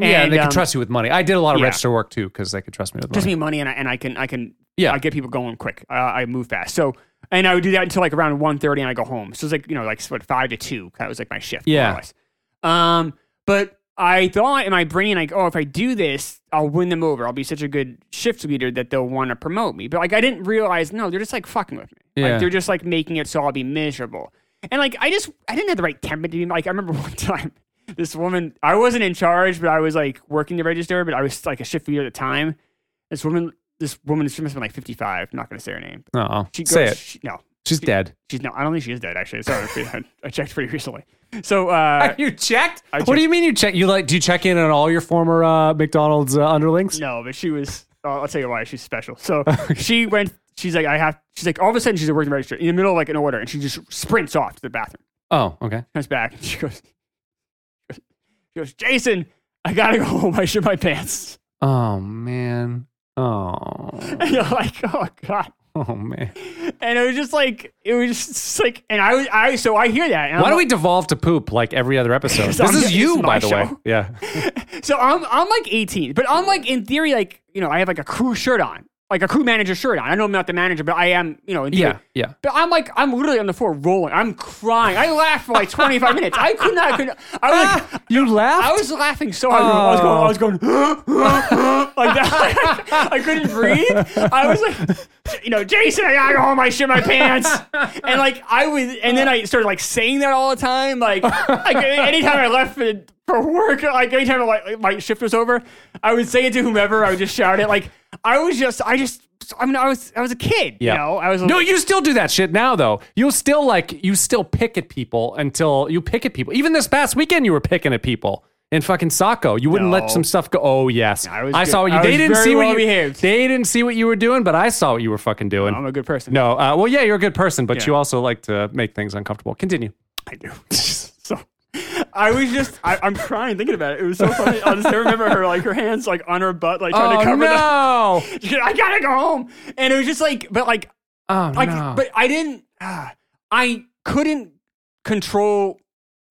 Speaker 1: Yeah, and they
Speaker 3: um,
Speaker 1: could trust you with money. I did a lot of
Speaker 3: yeah.
Speaker 1: register work too because they could trust me with
Speaker 3: Just
Speaker 1: money.
Speaker 3: me money, and I, and I can I can
Speaker 1: Yeah.
Speaker 3: I get people going quick. Uh, I move fast. So and I would do that until like around 1.30 and I go home. So it's like you know like what five to two. That was like my shift. more or
Speaker 1: Yeah.
Speaker 3: less. Um, but I thought in my brain like, oh, if I do this, I'll win them over. I'll be such a good shift leader that they'll want to promote me. But like I didn't realize no, they're just like fucking with me.
Speaker 1: Yeah.
Speaker 3: Like they're just like making it so I'll be miserable. And like I just I didn't have the right temper to be like I remember one time this woman I wasn't in charge, but I was like working the register, but I was like a shift leader at the time. This woman this woman she must have been like fifty five, I'm not gonna say her name.
Speaker 1: No,
Speaker 3: She goes
Speaker 1: say it.
Speaker 3: She, no.
Speaker 1: She's dead.
Speaker 3: She's no I don't think she is dead actually. Sorry, I checked pretty recently. So uh
Speaker 1: you checked?
Speaker 3: I
Speaker 1: What do you mean you check? You like? Do you check in on all your former uh, McDonald's uh, underlings?
Speaker 3: No, but she was. Uh, I'll tell you why she's special. So she went. She's like, I have. She's like, all of a sudden, she's at working register in the middle of like an order, and she just sprints off to the bathroom.
Speaker 1: Oh, okay.
Speaker 3: Comes back, and she goes, she goes, Jason, I gotta go home. I shit my pants.
Speaker 1: Oh man. Oh.
Speaker 3: And you're like, oh god.
Speaker 1: Oh man.
Speaker 3: And it was just like, it was just like, and I was, I so I hear that. And
Speaker 1: Why
Speaker 3: I'm
Speaker 1: do we devolve to poop like every other episode?
Speaker 3: It's on-
Speaker 1: This is
Speaker 3: it's
Speaker 1: you, by
Speaker 3: my
Speaker 1: the way.
Speaker 3: show.
Speaker 1: Yeah.
Speaker 3: So I'm I'm like 18, but I'm like in theory like you know I have like a crew shirt on, like a crew manager shirt on. I know I'm not the manager, but I am you know in theory.
Speaker 1: Yeah, yeah.
Speaker 3: But I'm like I'm literally on the floor rolling. I'm crying. I laughed for like 25 minutes. I could not. I could. Not, I was like.
Speaker 1: You laughed?
Speaker 3: I was laughing so hard. I was going, I was going like that. I couldn't breathe. I was like, you know, Jason, I gotta go home. I shit my pants. And like I was, and then I started like saying that all the time. Like, like anytime I left for the for work. Like anytime like, like my shift was over, I would say it to whomever. I would just shout it. Like I was just, I just, I mean, I was, I was a kid.
Speaker 1: Yeah.
Speaker 3: You know, I was. a-
Speaker 1: No, you still do that shit now though. You'll still like you still pick at people until you pick at people. Even this past weekend you were picking at people. In fucking Saco, you wouldn't
Speaker 3: No.
Speaker 1: let some stuff go. Oh yes,
Speaker 3: I was good.
Speaker 1: saw what you.
Speaker 3: I
Speaker 1: they
Speaker 3: was
Speaker 1: didn't
Speaker 3: very
Speaker 1: see what
Speaker 3: well
Speaker 1: you.
Speaker 3: behaved.
Speaker 1: They didn't see what you were doing, but I saw what you were fucking doing.
Speaker 3: I'm a good person.
Speaker 1: no, uh, well, yeah, you're a good person, but
Speaker 3: Yeah.
Speaker 1: you also like to make things uncomfortable. Continue.
Speaker 3: I do. so I was just I, I'm crying thinking about it. It was so funny. I just remember her like her hands like on her butt, like trying to
Speaker 1: oh
Speaker 3: cover
Speaker 1: no!
Speaker 3: the I gotta go home. And it was just like but like
Speaker 1: Oh
Speaker 3: like
Speaker 1: no!
Speaker 3: but I didn't ah, I couldn't control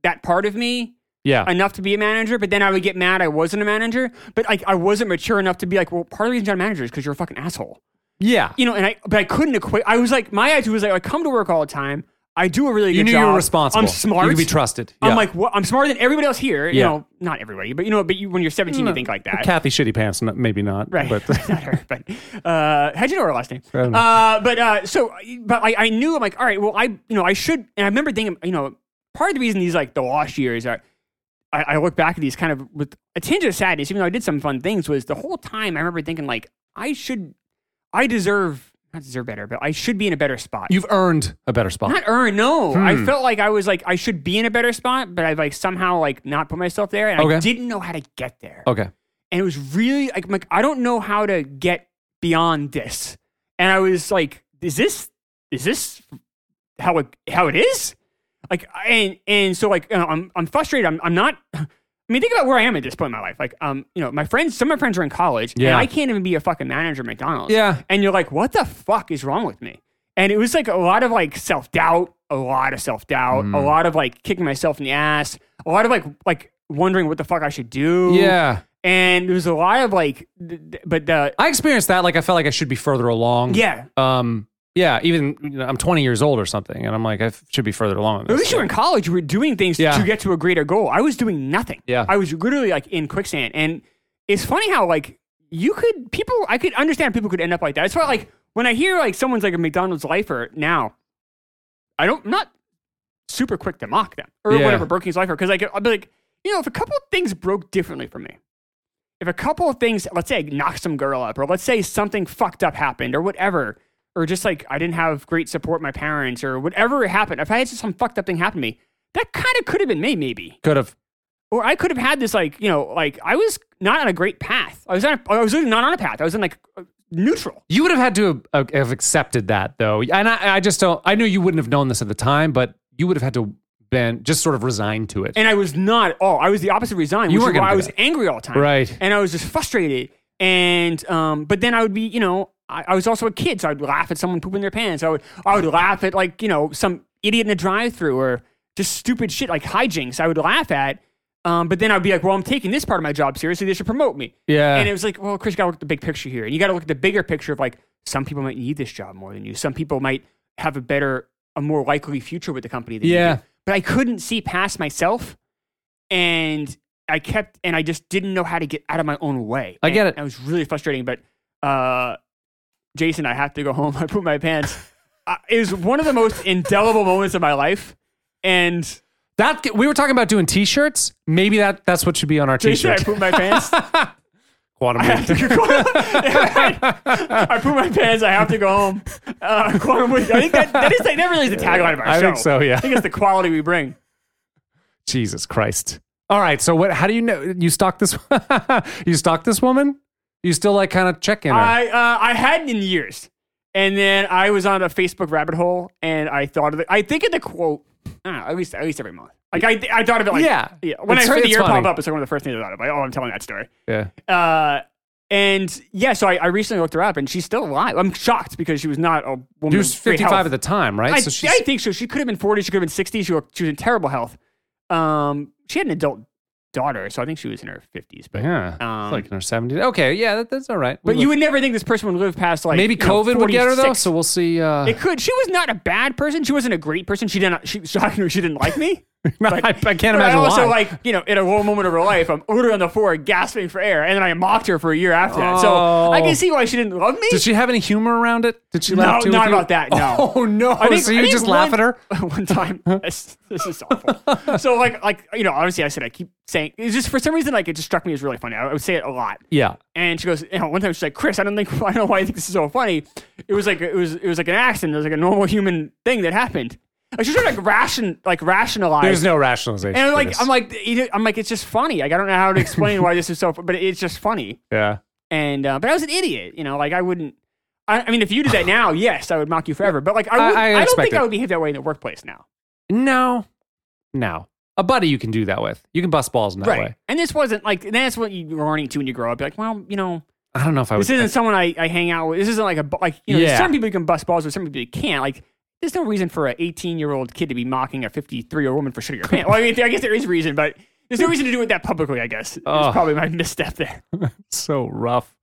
Speaker 3: that part of me
Speaker 1: yeah,
Speaker 3: enough to be a manager, but then I would get mad I wasn't a manager. But like I wasn't mature enough to be like, well, part of the reason you're not a manager is because you're a fucking asshole
Speaker 1: yeah.
Speaker 3: you know, and I but I couldn't equate. I was like, my attitude was like, I come to work all the time. I do a really good
Speaker 1: You knew
Speaker 3: job.
Speaker 1: you were responsible.
Speaker 3: I'm smart.
Speaker 1: You could be trusted.
Speaker 3: I'm
Speaker 1: Yeah.
Speaker 3: like, what? I'm smarter than everybody else here. You
Speaker 1: Yeah.
Speaker 3: know, not everybody, but you know, but you, when you're 17, you think like that.
Speaker 1: Kathy Shitty Pants, no- maybe not.
Speaker 3: Right,
Speaker 1: But
Speaker 3: not her, but uh, how'd you know her last name?
Speaker 1: I don't know.
Speaker 3: Uh, but uh, so, but I, I knew I'm like, all right, well, I, you know, I should, and I remember thinking, you know, part of the reason these like the lost years are, I, I look back at these kind of with a tinge of sadness, even though I did some fun things, was the whole time I remember thinking like, I should, I deserve, not deserve better, but I should be in a better spot.
Speaker 1: you've earned a better spot.
Speaker 3: not earned, no.
Speaker 1: Hmm.
Speaker 3: I felt like I was like I should be in a better spot, but I like somehow like not put myself there, and I
Speaker 1: Okay.
Speaker 3: didn't know how to get there
Speaker 1: okay.
Speaker 3: and it was really like, I'm like I don't know how to get beyond this. And I was like, is this is this how it how it is? Like and and so like you know, I'm I'm frustrated. I'm I'm not. I mean, think about where I am at this point in my life. Like, um, you know, my friends, some of my friends are in college, and
Speaker 1: Yeah.
Speaker 3: I can't even be a fucking manager at McDonald's.
Speaker 1: Yeah.
Speaker 3: and you're like, what the fuck is wrong with me? And it was like a lot of like self doubt, a lot of self doubt,
Speaker 1: Mm.
Speaker 3: a lot of like kicking myself in the ass, a lot of like like wondering what the fuck I should do
Speaker 1: Yeah.
Speaker 3: and there was a lot of like, th- th- but the
Speaker 1: I experienced that. Like I felt like I should be further along.
Speaker 3: yeah.
Speaker 1: Um. Yeah. Even you know, I'm 20 years old or something, and I'm like I f- should be further along. in
Speaker 3: At
Speaker 1: this.
Speaker 3: least you were in college. You were doing things
Speaker 1: Yeah.
Speaker 3: to get to a greater goal. I was doing nothing.
Speaker 1: Yeah.
Speaker 3: I was literally like in quicksand. And it's funny how like you could people. I could understand people could end up like that. It's why like when I hear like someone's like a McDonald's lifer now, I don't I'm not super quick to mock them or
Speaker 1: Yeah.
Speaker 3: whatever Brookings lifer because like I'll be like you know if a couple of things broke differently for me. If a couple of things, let's say I knocked some girl up, or let's say something fucked up happened, or whatever, or just like I didn't have great support my parents, or whatever happened, if I had some fucked up thing happen to me, that kind of could have been me, maybe.
Speaker 1: could have.
Speaker 3: Or I could have had this, like, you know, like I was not on a great path. I was, on a, I was really not on a path. I was in like uh, neutral.
Speaker 1: You would have had to have, uh, have accepted that though, and I, I just don't. I knew you wouldn't have known this at the time, but you would have had to been just sort of resigned to it.
Speaker 3: And I was not at all. I was the opposite of resigned,
Speaker 1: You
Speaker 3: which
Speaker 1: weren't
Speaker 3: is why
Speaker 1: gonna
Speaker 3: I
Speaker 1: do
Speaker 3: was
Speaker 1: that.
Speaker 3: angry all the time.
Speaker 1: Right.
Speaker 3: And I was just frustrated. And, um, but then I would be, you know, I, I was also a kid, so I'd laugh at someone pooping their pants. I would, I would laugh at like, you know, some idiot in a drive through or just stupid shit like hijinks I would laugh at. Um, but then I'd be like, well, I'm taking this part of my job seriously. They should promote me.
Speaker 1: Yeah.
Speaker 3: And it was like, well, Chris, you got to look at the big picture here. And you got to look at the bigger picture of like, some people might need this job more than you. Some people might have a better, a more likely future with the company than you.
Speaker 1: Yeah.
Speaker 3: do. But I couldn't see past myself. And I kept, and I just didn't know how to get out of my own way.
Speaker 1: I get
Speaker 3: And
Speaker 1: it.
Speaker 3: It was really frustrating. But uh, Jason, I have to go home. I pooped my pants. uh, it was one of the most indelible moments of my life. And
Speaker 1: That we were talking about doing T-shirts. Maybe that that's what should be on our
Speaker 3: Jason, I
Speaker 1: T-shirt.
Speaker 3: pooped my pants.
Speaker 1: Quantum leap.
Speaker 3: I put my pants. I have to go home. Uh, quantum leap. I think that, that is that really is the tagline of our
Speaker 1: I
Speaker 3: show.
Speaker 1: think so, yeah.
Speaker 3: I think it's the quality we bring.
Speaker 1: Jesus Christ. All right. So what? How do you know you stalked this? you stalked this woman? You still like kind of check in her?
Speaker 3: I uh, I hadn't in years, and then I was on a Facebook rabbit hole, and I thought of it. I think of the quote I don't know, at least at least every month. Like I, I thought of it like
Speaker 1: Yeah.
Speaker 3: When
Speaker 1: It's-
Speaker 3: I heard the
Speaker 1: it's
Speaker 3: year pop
Speaker 1: funny.
Speaker 3: up, it's like one of the first things I thought of. Like oh, I'm telling that story.
Speaker 1: yeah.
Speaker 3: Uh, and yeah, so I, I recently looked her up, and she's still alive. I'm shocked because she was not a woman.
Speaker 1: She was
Speaker 3: of great health.
Speaker 1: 55 at the time, right?
Speaker 3: I,
Speaker 1: so she's
Speaker 3: I think so. She could have been 40. She could have been 60. She, wa- she was in terrible health. Um, she had an adult daughter, so I think she was in her 50s. But
Speaker 1: yeah,
Speaker 3: um,
Speaker 1: it's like in her 70s. Okay, yeah, that, that's all right. We
Speaker 3: but you
Speaker 1: look-
Speaker 3: would never think this person would live past like
Speaker 1: maybe
Speaker 3: you know,
Speaker 1: COVID would get her though.
Speaker 3: 46.
Speaker 1: So we'll see. Uh,
Speaker 3: it could. She was not a bad person. She wasn't a great person. She didn't. She shockingly she didn't like me.
Speaker 1: I, I can't
Speaker 3: But I
Speaker 1: imagine
Speaker 3: also
Speaker 1: why.
Speaker 3: like you know in a low moment of her life, I'm literally on the floor gasping for air, and then I mocked her for a year after that. So I
Speaker 1: Oh.
Speaker 3: can see why she didn't love me.
Speaker 1: Did she have any humor around it? Did she laugh
Speaker 3: No,
Speaker 1: too?
Speaker 3: not
Speaker 1: with you?
Speaker 3: about that, no.
Speaker 1: Oh no! so you just
Speaker 3: one,
Speaker 1: laugh at her?
Speaker 3: one time. This, this is awful. so like like you know obviously I said I keep saying it's just for some reason like it just struck me as really funny. I, I would say it a lot.
Speaker 1: Yeah.
Speaker 3: And she goes, you know, one time she's like, Chris, I don't think I don't know why I think this is so funny. It was like it was it was like an accident. It was like a normal human thing that happened. Like she's trying to like ration like rationalize.
Speaker 1: There's no rationalization.
Speaker 3: and I'm
Speaker 1: for
Speaker 3: like
Speaker 1: this.
Speaker 3: I'm like you know, I'm like it's just funny. Like I don't know how to explain why this is so, fu- but it's just funny.
Speaker 1: yeah.
Speaker 3: And uh, but I was an idiot, you know. Like I wouldn't. I, I mean, if you did that now, yes, I would mock you forever. But like I,
Speaker 1: I-
Speaker 3: would,
Speaker 1: I
Speaker 3: I, don't
Speaker 1: expect
Speaker 3: think
Speaker 1: it.
Speaker 3: I would behave that way in the workplace now.
Speaker 1: No. No. A buddy you can do that with. You can bust balls in that way.
Speaker 3: And this wasn't like and that's what you are learning to when you grow up. You're like, well, you know,
Speaker 1: I don't know if I would.
Speaker 3: this isn't someone I, I hang out with. This isn't like a bu- like you know.
Speaker 1: Yeah.
Speaker 3: There's certain people you can bust balls with, certain people you can't. Like there's no reason for an 18 year old kid to be mocking a 53 year old woman for shitting her pants. Well, I, mean, I guess there is reason, but there's no reason to do it that publicly. I guess it's
Speaker 1: Ugh.
Speaker 3: probably my misstep there.
Speaker 1: so rough.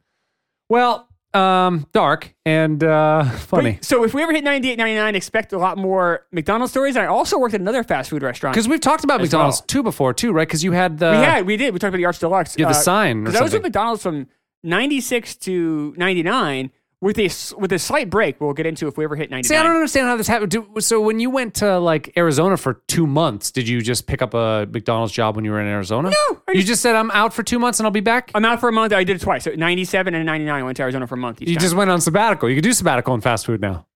Speaker 1: Well, um, dark and uh, funny.
Speaker 3: So if we ever hit 98.99, expect a lot more McDonald's stories. And I also worked at another fast food restaurant.
Speaker 1: Because we've talked about
Speaker 3: As
Speaker 1: McDonald's
Speaker 3: well.
Speaker 1: too before, too, right? Because you had the
Speaker 3: we had we did we talked about the Arch Deluxe. uh,
Speaker 1: you had Uh, the sign or
Speaker 3: Because I was
Speaker 1: something.
Speaker 3: with McDonald's from 96 to 99 with a s- with a slight break. We'll get into if we ever hit 99.
Speaker 1: See, I don't understand how this happened. Do, so when you went to like Arizona for two months, did you just pick up a McDonald's job when you were in Arizona?
Speaker 3: No, I
Speaker 1: you
Speaker 3: just-
Speaker 1: just said I'm out for two months and I'll be back.
Speaker 3: I'm out for a month. I did it twice. So 97 and 99. I went to Arizona for a month. Each
Speaker 1: you
Speaker 3: time.
Speaker 1: just went on sabbatical. You could do sabbatical in fast food now,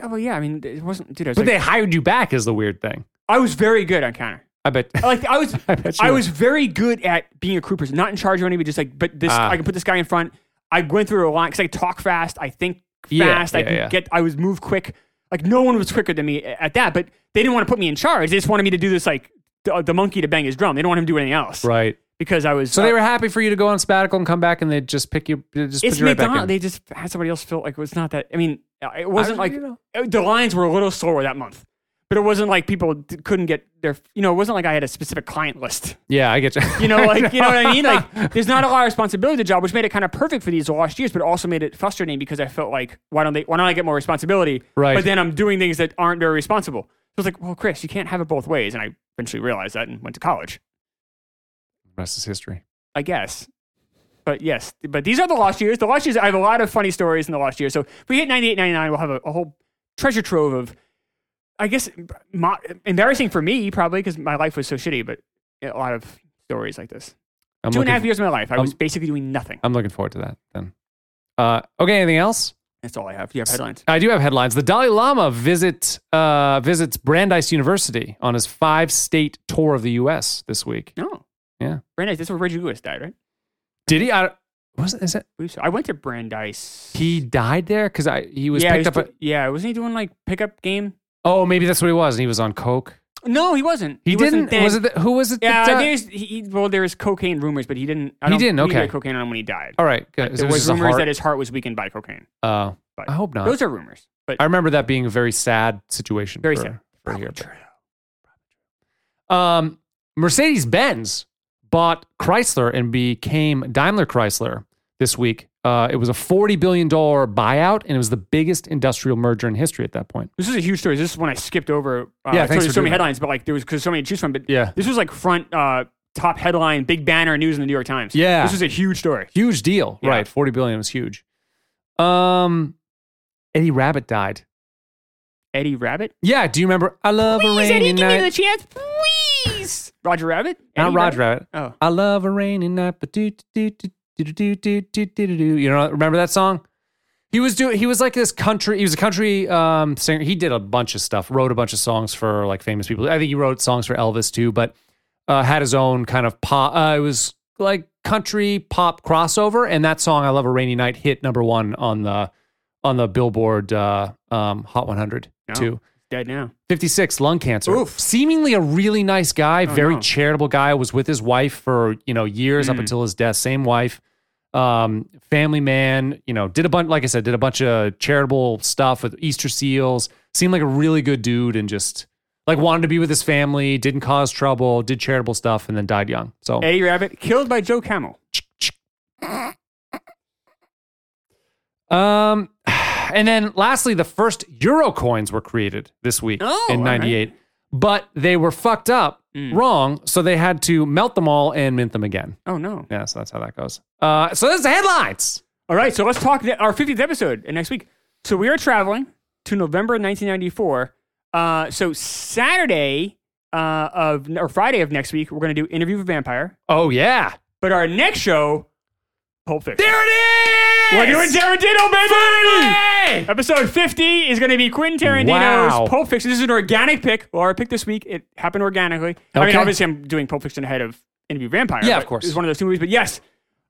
Speaker 3: Oh, well, yeah. I mean, it wasn't, dude. I was,
Speaker 1: but
Speaker 3: like,
Speaker 1: they hired you back is the weird thing.
Speaker 3: I was very good on counter.
Speaker 1: I bet.
Speaker 3: Like I was,
Speaker 1: I
Speaker 3: I,
Speaker 1: bet you were.
Speaker 3: was very good at being a crew person, not in charge of anybody. Just like, but this,
Speaker 1: Ah.
Speaker 3: I can put this guy in front. I went through a lot because I talk fast. I think
Speaker 1: Yeah,
Speaker 3: fast. I
Speaker 1: yeah,
Speaker 3: can
Speaker 1: yeah.
Speaker 3: get. I was move quick. Like no one was quicker than me at that. But they didn't want to put me in charge. They just wanted me to do this like the, uh, the monkey to bang his drum. They don't want him to do anything else
Speaker 1: right.
Speaker 3: because I was. uh,
Speaker 1: So they were happy for you to go on sabbatical and come back, and they'd just pick you, they'd just
Speaker 3: It's
Speaker 1: put you right back
Speaker 3: McDonald's.
Speaker 1: in.
Speaker 3: They just had somebody else fill. Like it was not that. I mean, it wasn't like
Speaker 1: you know.
Speaker 3: uh, the lines were a little slower that month, but it wasn't like people d- couldn't get their. You know, it wasn't like I had a specific client list.
Speaker 1: yeah, I get you.
Speaker 3: You know, like you know what I mean. Like there's not a lot of responsibility to the job, which made it kind of perfect for these last years, but also made it frustrating because I felt like why don't they? Why don't I get more responsibility?
Speaker 1: Right.
Speaker 3: But then I'm doing things that aren't very responsible. So it's like, well, Chris, you can't have it both ways, and I eventually realized that and went to college.
Speaker 1: rest is history.
Speaker 3: I guess. But yes, but these are the lost years. The lost years, I have a lot of funny stories in the lost years. So if we hit 98, 99, we'll have a, a whole treasure trove of, I guess, mo- embarrassing for me, probably, because my life was so shitty, but a lot of stories like this.
Speaker 1: I'm
Speaker 3: Two and a
Speaker 1: looking
Speaker 3: half years of my life, I was
Speaker 1: um,
Speaker 3: basically doing nothing.
Speaker 1: I'm looking forward to that then. Uh, okay, anything else?
Speaker 3: That's all I have. You have headlines.
Speaker 1: I do have headlines. The Dalai Lama visit, uh, visits Brandeis University on his five state tour of the U.S. this week.
Speaker 3: No.
Speaker 1: Yeah.
Speaker 3: Brandeis, that's where Reggie Lewis died, right?
Speaker 1: Did he? I, was it, is it?
Speaker 3: I believe so. I went to Brandeis.
Speaker 1: He died there because I he was
Speaker 3: yeah,
Speaker 1: picked
Speaker 3: he
Speaker 1: up.
Speaker 3: was
Speaker 1: at
Speaker 3: do- yeah, wasn't he doing like pickup game?
Speaker 1: oh, maybe that's what he was, and he was on coke.
Speaker 3: No, he wasn't.
Speaker 1: He, didn't.
Speaker 3: wasn't dead.
Speaker 1: Was it? The, who was it?
Speaker 3: Yeah,
Speaker 1: that died?
Speaker 3: there's he, he- well, there's cocaine rumors, but he didn't. I
Speaker 1: He
Speaker 3: don't,
Speaker 1: didn't,
Speaker 3: He
Speaker 1: okay. Oh,
Speaker 3: got cocaine on him when he died.
Speaker 1: All right, good. It
Speaker 3: there
Speaker 1: was
Speaker 3: was
Speaker 1: just a
Speaker 3: rumors
Speaker 1: heart-
Speaker 3: that his heart was weakened by cocaine.
Speaker 1: uh,
Speaker 3: But
Speaker 1: I hope not.
Speaker 3: Those are rumors, but
Speaker 1: I remember that being a very sad situation.
Speaker 3: very
Speaker 1: for,
Speaker 3: sad.
Speaker 1: for here.
Speaker 3: Probably true.
Speaker 1: Um, Mercedes Benz bought Chrysler and became Daimler Chrysler this week. Uh, it was a $40 billion buyout, and it was the biggest industrial merger in history at that point.
Speaker 3: This is a huge story. This is one I skipped over.
Speaker 1: Yeah,
Speaker 3: Uh, so
Speaker 1: thanks
Speaker 3: there's
Speaker 1: for
Speaker 3: so
Speaker 1: doing
Speaker 3: many
Speaker 1: that.
Speaker 3: headlines, but like there was because so many to choose from. But
Speaker 1: Yeah.
Speaker 3: this was like front uh, top headline, big banner news in the New York Times.
Speaker 1: Yeah.
Speaker 3: this was a huge story.
Speaker 1: Huge deal.
Speaker 3: Yeah.
Speaker 1: Right. 40 billion was huge. Um, Eddie Rabbit died.
Speaker 3: Eddie Rabbit.
Speaker 1: Yeah. Do you remember? I love a
Speaker 3: Please,
Speaker 1: rainy
Speaker 3: Eddie, give me the
Speaker 1: night.
Speaker 3: chance, please. Roger Rabbit.
Speaker 1: Not
Speaker 3: Eddie
Speaker 1: Roger Rabbit.
Speaker 3: Oh,
Speaker 1: I love a rainy night, but do do do do do do do do do do do. You know, remember that song? He was doing. He was like this country. He was a country um, singer. He did a bunch of stuff. Wrote a bunch of songs for like famous people. I think he wrote songs for Elvis too, but uh, had his own kind of pop. Uh, it was like country pop crossover, and that song "I Love a Rainy Night" hit number one on the on the Billboard uh, um, Hot 100
Speaker 3: No.
Speaker 1: too.
Speaker 3: dead now.
Speaker 1: 56 lung cancer
Speaker 3: Oof. Oh,
Speaker 1: seemingly a really nice guy very
Speaker 3: no.
Speaker 1: charitable guy was with his wife for you know years up
Speaker 3: Mm.
Speaker 1: until his death same wife um family man you know did a bunch like i said did a bunch of charitable stuff with easter seals seemed like a really good dude and just like wanted to be with his family didn't cause trouble did charitable stuff and then died young so
Speaker 3: Eddie Rabbit killed by Joe Camel.
Speaker 1: Um, and then lastly, the first euro coins were created this week
Speaker 3: Oh,
Speaker 1: in
Speaker 3: all right. Mm.
Speaker 1: '98 but they were fucked up wrong, so they had to melt them all and mint them again.
Speaker 3: Oh no!
Speaker 1: Yeah, so that's how that goes. Uh, so that's the headlines.
Speaker 3: All right, so let's talk th- our 50th episode uh, next week. So we are traveling to November 1994. Uh, so Saturday uh, of or Friday of next week, we're going to do Interview with a Vampire.
Speaker 1: Oh yeah,
Speaker 3: But our next show, Pulp Fiction.
Speaker 1: there it is.
Speaker 3: We're doing Tarantino, baby!
Speaker 1: Finally!
Speaker 3: Episode 50 is going to be Quentin Tarantino's
Speaker 1: Wow.
Speaker 3: Pulp Fiction. This is an organic pick. Well, our pick this week, it happened organically. I mean,
Speaker 1: Okay.
Speaker 3: obviously, I'm doing Pulp Fiction ahead of Interview with a Vampire.
Speaker 1: Yeah,
Speaker 3: but
Speaker 1: of course.
Speaker 3: It's one of those two movies. But yes,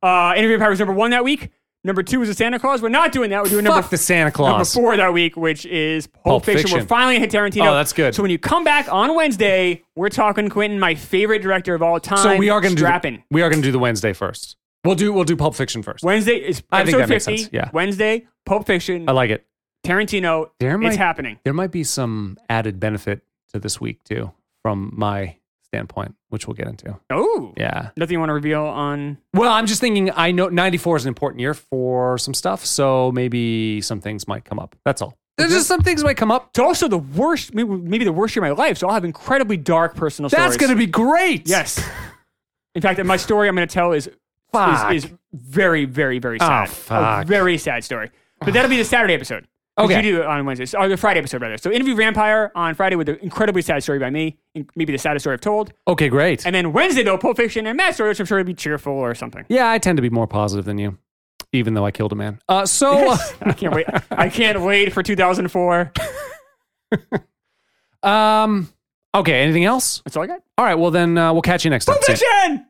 Speaker 3: uh, Interview with a Vampire was number one that week. Number two was a Santa Claus. We're not doing that. We're doing number
Speaker 1: Fuck the Santa
Speaker 3: number
Speaker 1: Claus.
Speaker 3: four that week, which is Pulp,
Speaker 1: Pulp
Speaker 3: Fiction.
Speaker 1: Fiction.
Speaker 3: We're finally hit Tarantino.
Speaker 1: Oh, that's good.
Speaker 3: So when you come back on Wednesday, we're talking Quentin, my favorite director of all time.
Speaker 1: So we are going to do
Speaker 3: strapping.
Speaker 1: the, we are going to do the Wednesday first. We'll do we'll do Pulp Fiction first.
Speaker 3: Wednesday is
Speaker 1: I think
Speaker 3: episode
Speaker 1: that makes
Speaker 3: 50.
Speaker 1: sense, yeah.
Speaker 3: Wednesday, Pulp Fiction,
Speaker 1: I like it.
Speaker 3: Tarantino.
Speaker 1: There
Speaker 3: it's
Speaker 1: might-
Speaker 3: happening.
Speaker 1: There might be some added benefit to this week too, from my standpoint, which we'll get into.
Speaker 3: Oh.
Speaker 1: Yeah.
Speaker 3: Nothing you want to reveal on.
Speaker 1: Well, I'm just thinking. I know 94 is an important year for some stuff, so maybe some things might come up. That's all. There's just some things might come up.
Speaker 3: It's also the worst, maybe, maybe the worst year of my life. So I'll have incredibly dark personal
Speaker 1: That's
Speaker 3: stories.
Speaker 1: going to be great.
Speaker 3: Yes. In fact, my story I'm going to tell is,
Speaker 1: Fuck. Oh,
Speaker 3: is is very, very, very sad.
Speaker 1: fuck.
Speaker 3: A very sad story. But that'll be the Saturday episode. which
Speaker 1: Okay.
Speaker 3: We do it on Wednesday. So- Or the Friday episode, rather. So Interview Vampire on Friday with an incredibly sad story by me. in- Maybe the saddest story I've told.
Speaker 1: Okay, great.
Speaker 3: And then Wednesday, though, Pulp Fiction and Matt's story, which I'm sure will be cheerful or something.
Speaker 1: yeah, I tend to be more positive than you, even though I killed a man. Uh, so,
Speaker 3: I can't wait. I can't wait for 2004.
Speaker 1: um, okay. Anything else?
Speaker 3: That's all I got.
Speaker 1: um, All right. Well, then uh, we'll catch you next time. See ya.
Speaker 3: Fiction!